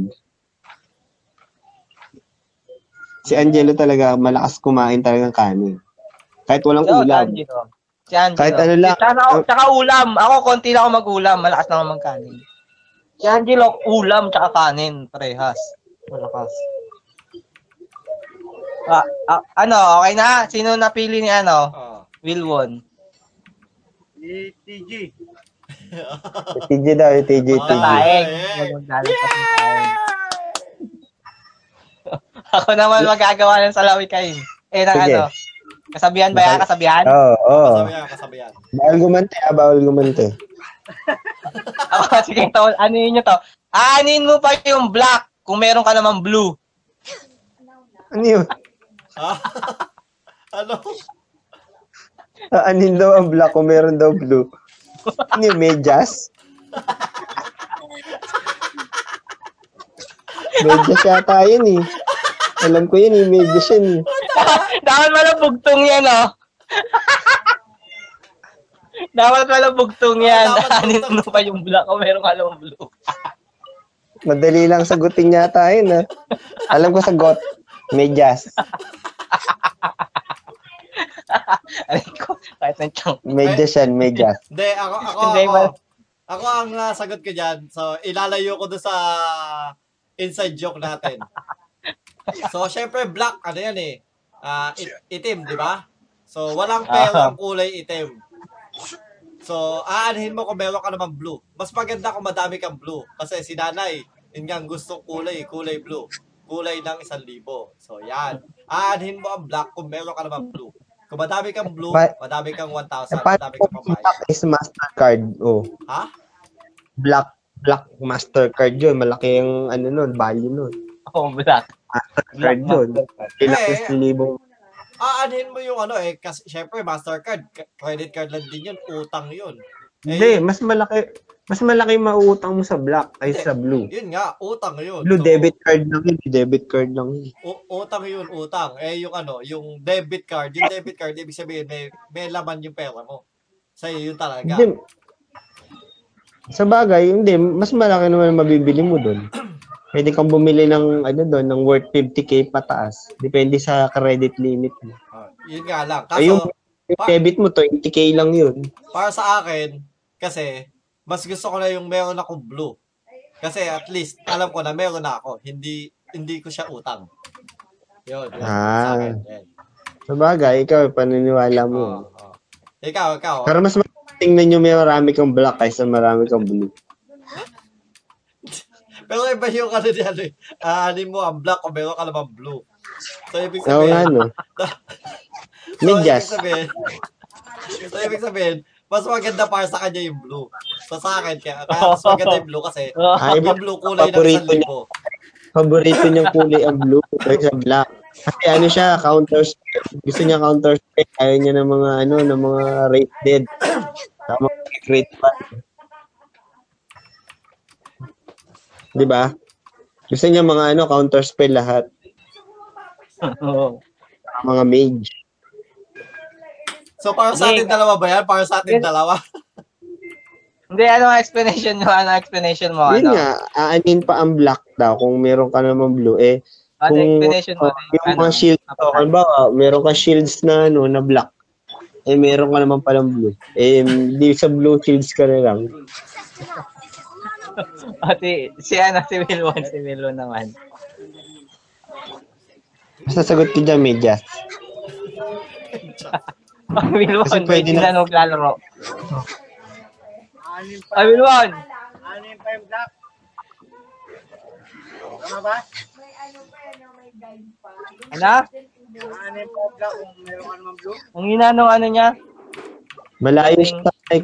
Speaker 2: Si Angelo talaga malakas kumain talagang kanin. Kahit walang
Speaker 4: Shout,
Speaker 2: ulam.
Speaker 4: Angelo. Si Angelo.
Speaker 2: Kahit ano lang.
Speaker 4: Tsaka, tsaka ulam. Ako, konti lang ako mag-ulam. Malakas na ako magkanin. Si Angelo, ulam tsaka kanin. Parehas. Malakas. Ah, ah, ano, okay na? Sino napili ni ano?
Speaker 1: Ah.
Speaker 4: Wilwon.
Speaker 10: Si TG.
Speaker 2: TJ daw, yung TJ.
Speaker 1: Ah.
Speaker 2: TJ.
Speaker 4: Taeng.
Speaker 1: eh.
Speaker 4: Huwag maglalagpas ng taeng. Ako naman magagawa ng salawi kayo. Eh, ng
Speaker 2: Sige.
Speaker 4: ano? Kasabihan ba yan? Kasabihan?
Speaker 2: Oo, oo.
Speaker 1: Kasabihan, kasabihan.
Speaker 2: Bawal gumante, ah, bawal gumante.
Speaker 4: Ako, sige, to, ano yun to? Aanin mo pa yung black kung meron ka naman blue.
Speaker 2: Ano yun?
Speaker 1: Ah. ano?
Speaker 2: Aanin Ah, daw ang black kung meron daw blue. Ano yun, medyas? medyas yata yun eh. Alam ko yun eh, medyas yun eh.
Speaker 4: Dapat pala bugtong yan, oh. Dapat pala bugtong yan.
Speaker 1: dapat
Speaker 4: Aanin
Speaker 1: bugtong.
Speaker 4: mo pa yung black kung meron ka naman blue.
Speaker 2: Madali lang sagutin yata yun ah. Alam ko sagot, medyas.
Speaker 4: Aray ko, kahit ng chunk.
Speaker 2: Medyas yan, medyas.
Speaker 1: Hindi, ako, ako,
Speaker 4: Hindi,
Speaker 1: ako.
Speaker 4: well-
Speaker 1: Ako ang ah, sagot ko dyan. So, ilalayo ko doon sa inside joke natin. So, syempre, black, ano yan eh. Ah, it- itim, di ba? So, walang pale
Speaker 4: Ah.
Speaker 1: ang kulay itim. So, aanhin mo kung meron ka naman blue. Mas maganda kung madami kang blue. Kasi si nanay, yun nga ang gusto kulay, kulay blue. Kulay ng isang libo. So, yan. Aanhin mo ang black kung meron ka naman blue. Kung madami kang blue,
Speaker 2: Pa-
Speaker 1: madami kang 1,000,
Speaker 2: Eh, paano
Speaker 1: madami
Speaker 2: kung
Speaker 1: kang pambayad.
Speaker 2: itak is MasterCard? Oh,
Speaker 1: Ha?
Speaker 2: black, black MasterCard yun. Malaki yung ano nun, value nun.
Speaker 4: Oh, black.
Speaker 2: MasterCard
Speaker 4: Black
Speaker 2: Ah, yun. Ilang
Speaker 1: Eh,
Speaker 2: is libong.
Speaker 1: aanhin mo yung ano eh, kasi syempre MasterCard, k- credit card lang din yun, utang yun. Eh,
Speaker 2: Hindi, mas malaki. Mas malaki yung mauutang mo sa black ay
Speaker 1: Hindi.
Speaker 2: sa blue.
Speaker 1: Yun nga, utang yun.
Speaker 2: Blue
Speaker 1: So,
Speaker 2: debit card lang yun. Debit card lang yun.
Speaker 1: u- utang yun, utang. Eh, yung ano, yung debit card, yung debit card, ibig sabihin, may, may laman yung pera mo. Sa'yo yun talaga.
Speaker 2: Hindi. Sa bagay, hindi. Mas malaki naman yung mabibili mo doon. Pwede kang bumili ng ano doon, ng worth 50k pataas. Depende sa credit limit mo.
Speaker 1: Ah, yun nga lang.
Speaker 2: Ay, yung,
Speaker 1: Kaso,
Speaker 2: yung
Speaker 1: pa-
Speaker 2: debit mo, 20k lang yun.
Speaker 1: para sa akin, kasi, mas gusto ko na yung meron akong blue. Kasi at least, alam ko na meron na ako. Hindi, hindi ko siya utang. Yun, yun. Sa
Speaker 2: Ah.
Speaker 1: akin, yun.
Speaker 2: Sa bagay, ikaw, paniniwala
Speaker 1: Oo,
Speaker 2: mo. yun.
Speaker 1: oo. ah. Ikaw, ikaw.
Speaker 2: Pero mas ma- tingnan nyo may marami kang black kaysa marami kang blue.
Speaker 1: Pero iba yung ano niya, ano eh. Aanin mo ang black o meron ka naman blue. So, ibig
Speaker 2: Oo ano? nga,
Speaker 1: sabihin,
Speaker 2: no?
Speaker 1: so, ibig
Speaker 2: Medyas.
Speaker 1: sabihin, so, ibig sabihin, mas maganda para sa kanya yung blue. So, sa akin, kaya, kaya mas maganda yung blue kasi
Speaker 2: Ah, iba,
Speaker 1: yung blue kulay ng
Speaker 2: Paborito
Speaker 1: isang
Speaker 2: niya.
Speaker 1: libo.
Speaker 2: paborito niyang kulay ang blue kaysa black. Kasi ano siya, counter strike. Gusto niya counter strike. Ayaw niya ng mga, ano, ng mga rape dead. Tama, great pa. Di ba? Diba? Gusto niya mga ano, counter spell lahat. Mga mage.
Speaker 1: So, para sa atin dalawa ba yan? Para sa atin dalawa?
Speaker 4: Hindi, ano ang explanation mo? Ano ang explanation mo?
Speaker 2: Yun
Speaker 4: Ano?
Speaker 2: nga, aanin pa ang black daw kung meron ka naman blue. Eh,
Speaker 4: Ano ang
Speaker 2: kung
Speaker 4: explanation mo?
Speaker 2: oh, yung mga
Speaker 4: Ano?
Speaker 2: shield to, halimbawa, meron ka shields na ano na black. Eh meron ka naman palang blue. Eh di sa blue shields ka na lang.
Speaker 8: Just enough. This is not over.
Speaker 4: Pati, si ano, si Wilwon, si Wilwon naman.
Speaker 2: Sasagot ko dyan, medyas.
Speaker 4: Oh, Wilwon,
Speaker 2: Kasi
Speaker 4: may
Speaker 2: pwede na-
Speaker 4: tinanong lalaro.
Speaker 10: Anim pa,
Speaker 4: Ay, Wilwon!
Speaker 10: anim pa yung black. Tama ba?
Speaker 4: Ano?
Speaker 10: Ano yung pobla kung meron ka naman blue?
Speaker 4: Ang hina nung ano niya?
Speaker 2: Malayo siya sa mic.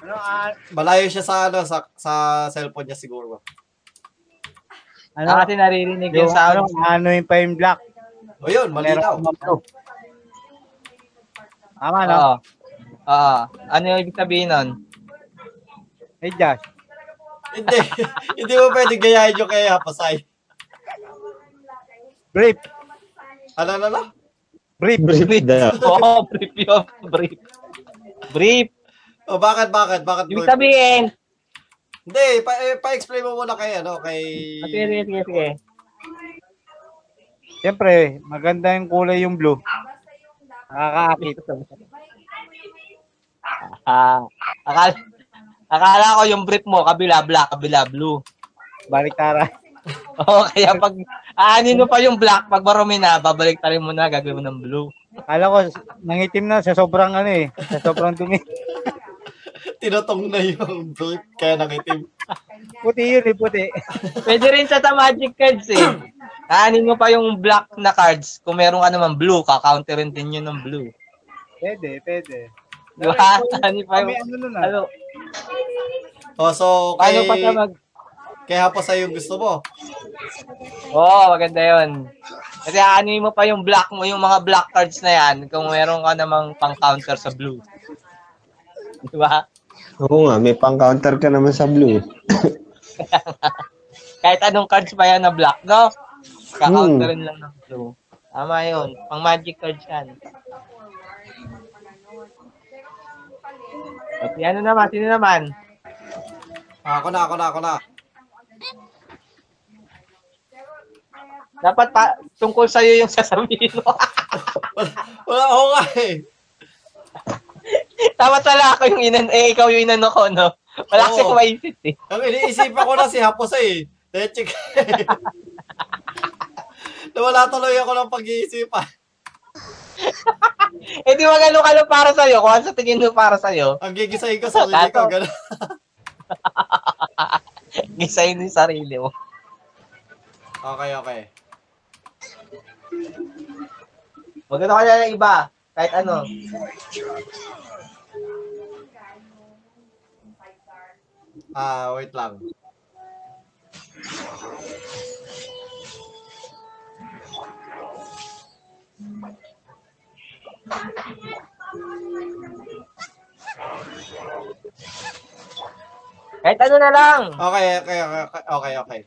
Speaker 10: Ano, ah,
Speaker 1: Malayo siya sa ano sa, sa cellphone niya siguro.
Speaker 10: ano,
Speaker 4: Ah, kasi naririnig yung
Speaker 10: yung ano,
Speaker 4: sound.
Speaker 10: ano yung pa yung black?
Speaker 1: O yun,
Speaker 10: Meron ka
Speaker 1: malinaw.
Speaker 10: naman blue. Tama, no?
Speaker 4: Oo. Oo. Ano yung ibig sabihin nun?
Speaker 10: Hey, Josh.
Speaker 1: hindi, hindi mo pwede gayahin yung kay Hapasay.
Speaker 10: Brief.
Speaker 1: Ano, ano, ano?
Speaker 10: Brief.
Speaker 2: Brief daw.
Speaker 4: Oo, brief yun. Brief. Brief.
Speaker 1: O bakit, bakit, bakit?
Speaker 4: Ibig
Speaker 1: Lord?
Speaker 4: sabihin.
Speaker 1: Hindi, pa, eh, pa-explain mo muna kay, ano, kay...
Speaker 4: Sige, sige, sige, sige.
Speaker 10: Siyempre, maganda yung kulay yung blue. Nakakaakit.
Speaker 4: Ah, akala, akala ko yung brief mo, kabila black, kabila blue.
Speaker 10: Balik tara.
Speaker 4: Oo, kaya pag aanin mo pa yung black, pag marumi na, babalik tayo mo na, gagawin mo ng blue.
Speaker 10: Kala ko, nangitim na sa sobrang ano eh. Sa sobrang dumi.
Speaker 1: Tinatong na yung brief, kaya nangitim.
Speaker 10: Puti yun eh, puti.
Speaker 4: Pwede rin sa sa magic cards eh. Aanin mo pa yung black na cards, kung meron ka naman blue, kakaunti rin din yun ng blue.
Speaker 10: Pwede, pwede.
Speaker 4: Di ba? Aanin pa
Speaker 10: Kami
Speaker 4: yung,
Speaker 10: ano nun ah.
Speaker 4: ano,
Speaker 1: O, so, kay,
Speaker 4: paano pa sa mag...
Speaker 1: kay Hapasay yung gusto mo.
Speaker 4: Oo, maganda yun. Kasi aanin mo pa yung black mo, yung mga black cards na yan, kung meron ka namang pang-counter sa blue. Di ba?
Speaker 2: Oo nga, may pang-counter ka naman sa blue.
Speaker 4: Kahit anong cards pa yan na black, no? Kakaunterin lang ng blue. Tama yun. Pang magic cards yan. At si ano naman, sino naman?
Speaker 1: Ah, Ako na, ako na, ako na.
Speaker 4: Dapat pa, tungkol sa'yo yung sasabihin mo.
Speaker 1: Wala, wala ako nga eh.
Speaker 4: Tama tala ako yung inan, eh, ikaw yung inano ko, no? Wala kasi
Speaker 1: Oo.
Speaker 4: akong maisip eh.
Speaker 1: Ang iniisipan ko na si Hapasay eh. Leche ka eh. Nawala tuloy ako ng pag-iisipan.
Speaker 4: Eh di magano ka lang para sa'yo, kung ano sa tingin mo para sa'yo,
Speaker 1: Ang gigisahin ko sa sarili ko. Ganun.
Speaker 4: gisayin mo yung sarili mo.
Speaker 1: Okay, okay.
Speaker 4: Magano ka lang ng iba, kahit ano.
Speaker 1: Ah, wait lang.
Speaker 4: Kahit ano na lang.
Speaker 1: Okay, okay, okay, okay, okay, okay.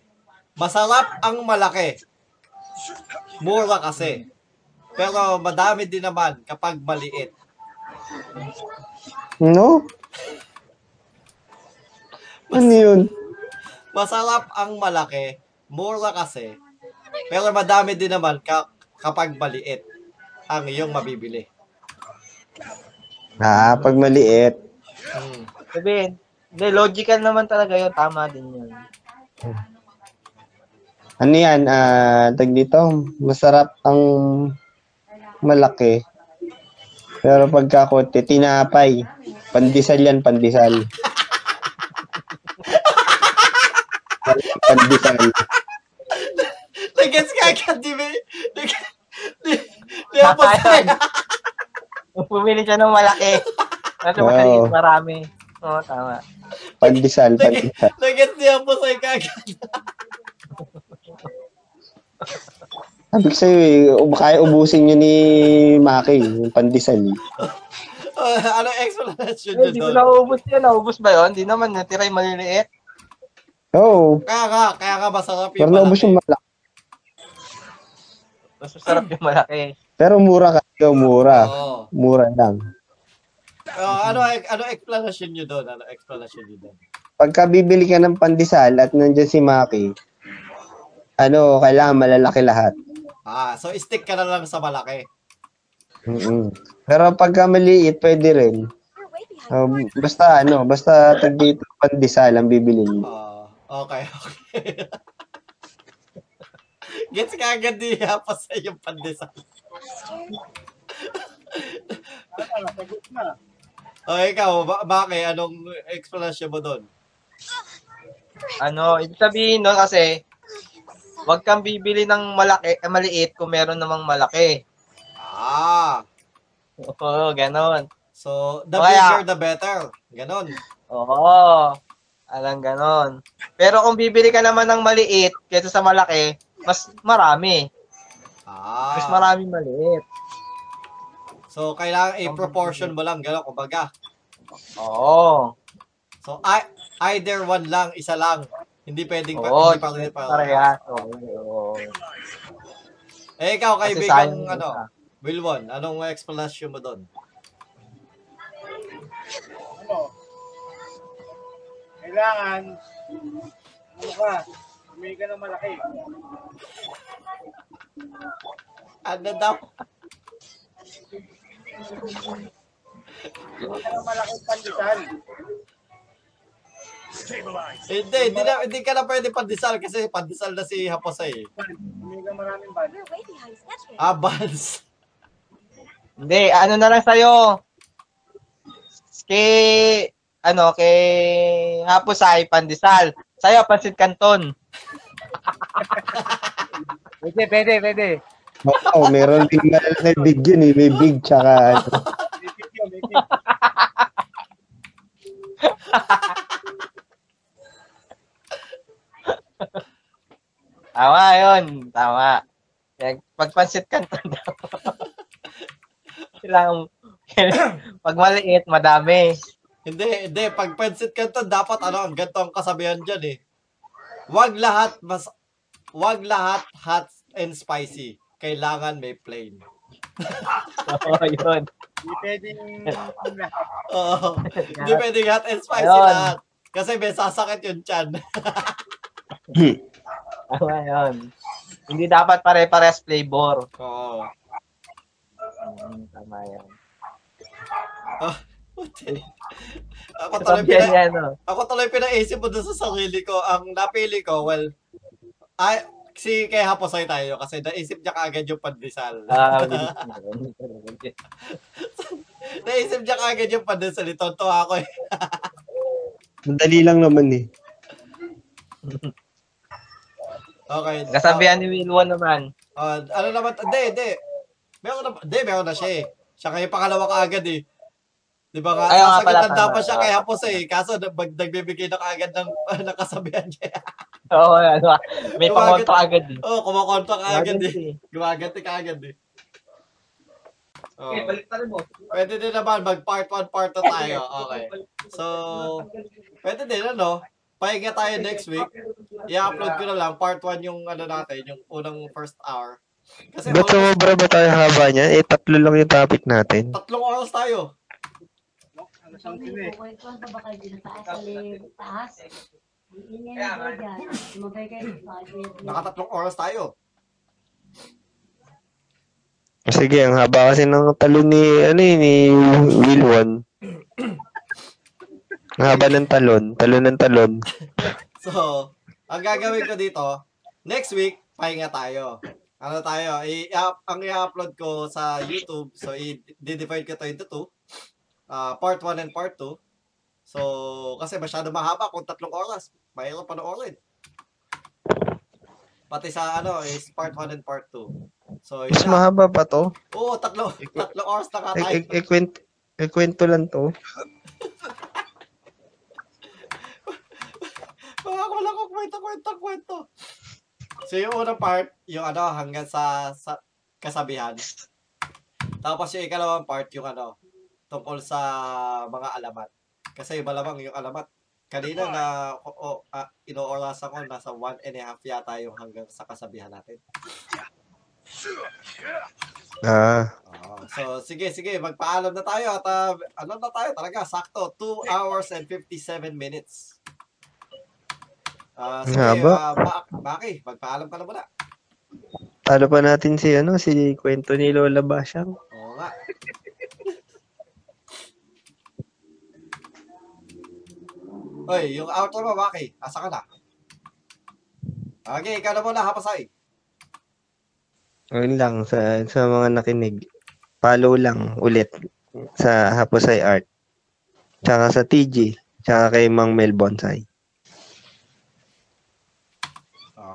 Speaker 1: Masarap ang malaki. Mura kasi. Pero madami din naman kapag maliit.
Speaker 2: No? Ano yun?
Speaker 1: Masarap ang malaki. Mura kasi. Pero madami din naman ka- kapag maliit ang iyong mabibili.
Speaker 2: Ah, pag maliit.
Speaker 1: Hmm.
Speaker 4: Sabihin, hindi, logical naman talaga yun, tama din yun.
Speaker 2: Ano yan? Ah, tag dito, masarap ang malaki. Pero pagka konti, tinapay. Pandesal yan, pandesal. pandesal.
Speaker 1: Nag-gets ka agad, di ba? Nag- di- di ako
Speaker 4: Tama yun.
Speaker 1: masaya.
Speaker 4: Pumili siya ng malaki. Kasi
Speaker 2: Wow.
Speaker 4: masaliit marami. Oo, tama.
Speaker 2: Pandesal,
Speaker 1: Nag-
Speaker 2: pandesal.
Speaker 1: Nag-gets niya po sa'yo kagad.
Speaker 2: Sabi ko sa'yo eh, u- kaya ubusin yun ni Maki, yung pandesal. eh.
Speaker 1: Oh, ano explanation
Speaker 4: Ay,
Speaker 1: niyo
Speaker 4: hindi Eh, ko
Speaker 1: doon?
Speaker 4: naubos yun. Naubos ba yun? Hindi naman. Natira yung maliliit.
Speaker 2: Oo,
Speaker 1: Kaya nga, kaya nga masarap
Speaker 2: pero
Speaker 1: yung
Speaker 2: naubos yung
Speaker 1: malaki.
Speaker 2: malaki.
Speaker 4: Mas masarap yung malaki.
Speaker 2: Pero mura kasi, oh, mura.
Speaker 1: Oo.
Speaker 2: Mura lang.
Speaker 1: Oh, ano ano explanation niyo doon? Ano explanation niyo doon?
Speaker 2: Pagka bibili ka ng pandesal at nandyan si Maki, ano, kailangan malalaki lahat.
Speaker 1: Ah, so stick ka na lang sa malaki.
Speaker 2: mm Pero pagka maliit, pwede rin. Um, basta ano, basta tag dito, pandesal ang bibilin mo.
Speaker 1: Oh, okay, okay. Gets ka agad niya pa sa yung pandesal. O ikaw, ba- bakit? Anong explanation mo doon?
Speaker 4: Ano, ibig sabihin nun kasi, Huwag kang bibili ng malaki, eh, maliit kung meron namang malaki.
Speaker 1: Ah,
Speaker 4: Oo, ganon.
Speaker 1: so the
Speaker 4: Kaya-
Speaker 1: bigger the better. Ganon.
Speaker 4: Oo. Alam ganon. Pero kung bibili ka naman ng maliit kaysa sa malaki, mas marami.
Speaker 1: Ah,
Speaker 4: Mas marami maliit.
Speaker 1: so kailangan i-proportion mo lang. Ganon, kumbaga.
Speaker 4: Oo.
Speaker 1: So I, either one lang, isa lang. Hindi pwedeng pa,
Speaker 4: Oo,
Speaker 1: hindi pa, hindi pa.
Speaker 4: parehas. Oo. oo.
Speaker 1: Eh, ikaw,
Speaker 4: Kasi
Speaker 1: kaibigan,
Speaker 4: sayang yung
Speaker 1: ano,
Speaker 4: isa.
Speaker 1: Wilwon, anong explanation mo doon?
Speaker 10: ano, kailangan, ano ka, bumili ka ng malaki.
Speaker 1: Ano daw?
Speaker 10: Bumili ka ng malaking pandesal.
Speaker 1: Hindi, hindi, na, hindi ka na pwede pandesal kasi pandesal na si eh. Haposay.
Speaker 10: Bumili ka maraming ban.
Speaker 8: We're way behind schedule.
Speaker 1: Ah, Abans.
Speaker 4: Hindi, ano na lang sa'yo. Kay, ano, kay Hapusay, Pandesal. Sa'yo, Pansit Canton.
Speaker 10: Pwede, pwede, pwede.
Speaker 2: Oo, oh, meron din na- may big yun eh. May big tsaka ano.
Speaker 10: May video, may video.
Speaker 4: Tama yun. Tama. Kaya Pagpansit ka na daw. Kailangan, pag maliit, madami.
Speaker 1: Hindi, hindi. Pag pansit ka to, dapat ano, ang ganito ang kasabihan dyan eh. Wag lahat, mas, wag lahat hot and spicy. Kailangan may plain.
Speaker 4: Oo, yun.
Speaker 10: Hindi pwedeng lahat.
Speaker 1: Oo. Hindi pwedeng hot and spicy
Speaker 4: Ayun.
Speaker 1: lahat. Kasi may sasakit yung chan.
Speaker 4: Tama yun. Hindi dapat pare-pares flavor.
Speaker 1: Oo.
Speaker 4: Mm, Tama yun.
Speaker 1: Puti. Ako tuloy,
Speaker 4: Kasabihan
Speaker 1: pina,
Speaker 4: niya, no?
Speaker 1: ako tuloy pinaisip mo dun sa sarili ko. Ang napili ko, well, ay, si kay Haposay tayo kasi naisip niya kaagad yung pandesal.
Speaker 4: Ah, bilis na yun.
Speaker 1: naisip niya kaagad yung pandesal. Itonto ako eh.
Speaker 2: Madali lang naman eh.
Speaker 1: Okay.
Speaker 4: Kasabihan ni Wilwon naman.
Speaker 1: Ah, ano naman, hindi, hindi. Meron na, hindi, meron na siya eh. Siya kayo pangalawa kaagad eh. Di ba nga,
Speaker 4: Ayaw nga
Speaker 1: nasagot
Speaker 4: pala,
Speaker 1: na dapat
Speaker 4: tama.
Speaker 1: siya kay Hapos eh. Kaso nag, nagbibigay na kaagad ng nakasabihan niya.
Speaker 4: Oo, ano, may
Speaker 1: Lumagat-
Speaker 4: pangonto agad eh.
Speaker 1: Oo, oh, kumakonta kaagad eh.
Speaker 4: Emergency.
Speaker 1: Gumaganti kaagad eh. Oo.
Speaker 4: pa rin mo.
Speaker 1: Pwede din naman mag part 1, part 2 tayo. Okay. So, pwede din ano, pahinga tayo next week. I-upload ko na lang part 1 yung ano natin, yung unang first hour. Kasi
Speaker 2: Ba't
Speaker 1: almost
Speaker 2: sumobra ba tayo haba niya? Eh, tatlo lang yung topic natin.
Speaker 1: tatlong oras tayo.
Speaker 10: Ano siyang sino eh.
Speaker 1: Nakatatlong oras tayo.
Speaker 2: Sige, ang haba kasi ng talo ni, ano eh, ni Wilwon. Ang haba ng talon. Talon ng talon.
Speaker 1: So, ang gagawin ko dito, next week, pahinga tayo. Ano tayo? I up- ang i-upload ko sa YouTube, so i-divide ko to into two. Ah, part 1 and part 2. So, kasi masyado mahaba kung tatlong oras. Mahirap panoorin. Pati sa ano, is part 1 and part 2. So, yun
Speaker 2: Mas
Speaker 1: na.
Speaker 2: mahaba pa to.
Speaker 1: Oo, tatlo, tatlong oras na nga tayo.
Speaker 2: I- I- ikwent, ikwento lang to.
Speaker 1: Mga Ah, wala ko kwento, kwento, kwento. So yung unang part, yung ano, hanggang sa, sa kasabihan. Tapos yung ikalawang part, yung ano, tungkol sa mga alamat. Kasi malamang yung alamat, kanina na o, o, ah, inoorasan ko, nasa one and a half yata yung hanggang sa kasabihan natin.
Speaker 2: Ah,
Speaker 1: Oo. so, sige, sige, magpaalam na tayo at ah, ano na tayo talaga, sakto, 2 hours and 57 minutes. Ah, sige,
Speaker 2: Haba.
Speaker 1: ah, Ma- Maki, magpaalam ka na muna.
Speaker 2: talo pa natin si, ano, si kwento ni Lola Basyang.
Speaker 1: Oo nga. Oy, yung outro mo, Maki, asa ka na? Okay, ikaw na muna, hapasay.
Speaker 2: Ayun lang, sa, sa mga nakinig. Follow lang ulit sa Haposay Art. Tsaka sa TG. Tsaka kay Mang Mel Bonsai.
Speaker 1: Okay.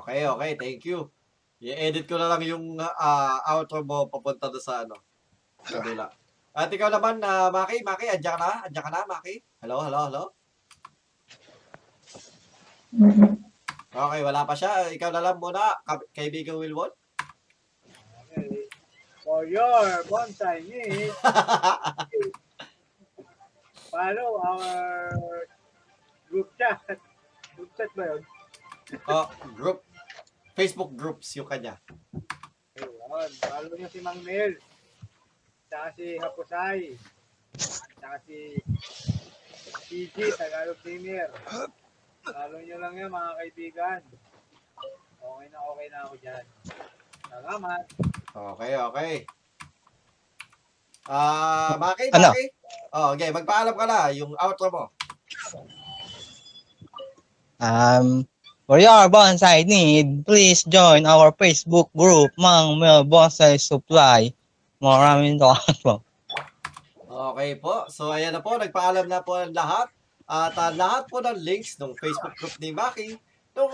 Speaker 1: Okay, okay. Thank you. I-edit ko na lang yung ah, outro mo papunta doon sa ano. Kabila. At ikaw naman, ah, Maki, Maki, andyan ka na? Andyan ka na, Maki? Hello, hello, hello? Okay, wala pa siya. Ikaw na lang muna, ka- kaibigan Wilwon.
Speaker 10: For your bonsai needs, follow our group chat. Group chat ba yun?
Speaker 1: oh, group. Facebook groups yung kanya.
Speaker 10: Ayun, follow nyo si Mang Mel. Tsaka si Hapusay. Tsaka si PG, Tagalog Premier. Follow nyo lang yan mga kaibigan. Okay na okay na ako dyan. Salamat.
Speaker 1: Okay, okay. Ah, Maki,
Speaker 4: Ano?
Speaker 1: Maki. Oh, okay, magpaalam ka na yung outro mo.
Speaker 4: Um, for your bonsai need, please join our Facebook group, Mang Mel Bonsai Supply. Maraming salamat po.
Speaker 1: Okay po. So ayan na po, nagpaalam na po ang lahat. At ah, lahat po ng links ng Facebook group ni Maki, ng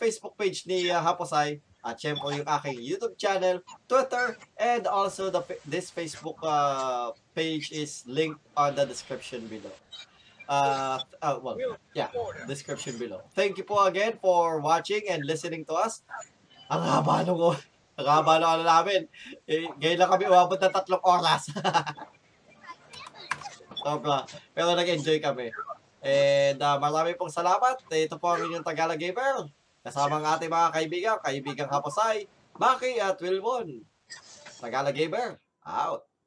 Speaker 1: Facebook page ni ah, Haposay, at syempre yung aking YouTube channel, Twitter, and also the fa- this Facebook ah, page is linked on the description below. Uh, uh, well, yeah, description below. Thank you po again for watching and listening to us. Ang haba nung, ang haba nung ano namin. Eh, ngayon lang kami umabot ng tatlong oras. Sobra. Pero nag-enjoy kami. And uh, marami pong salamat. Ito po ang inyong Tagalog Gamer. Kasama ang ating mga kaibigan, kaibigang Haposay, Maki at Wilbon. Tagalog Gamer, out.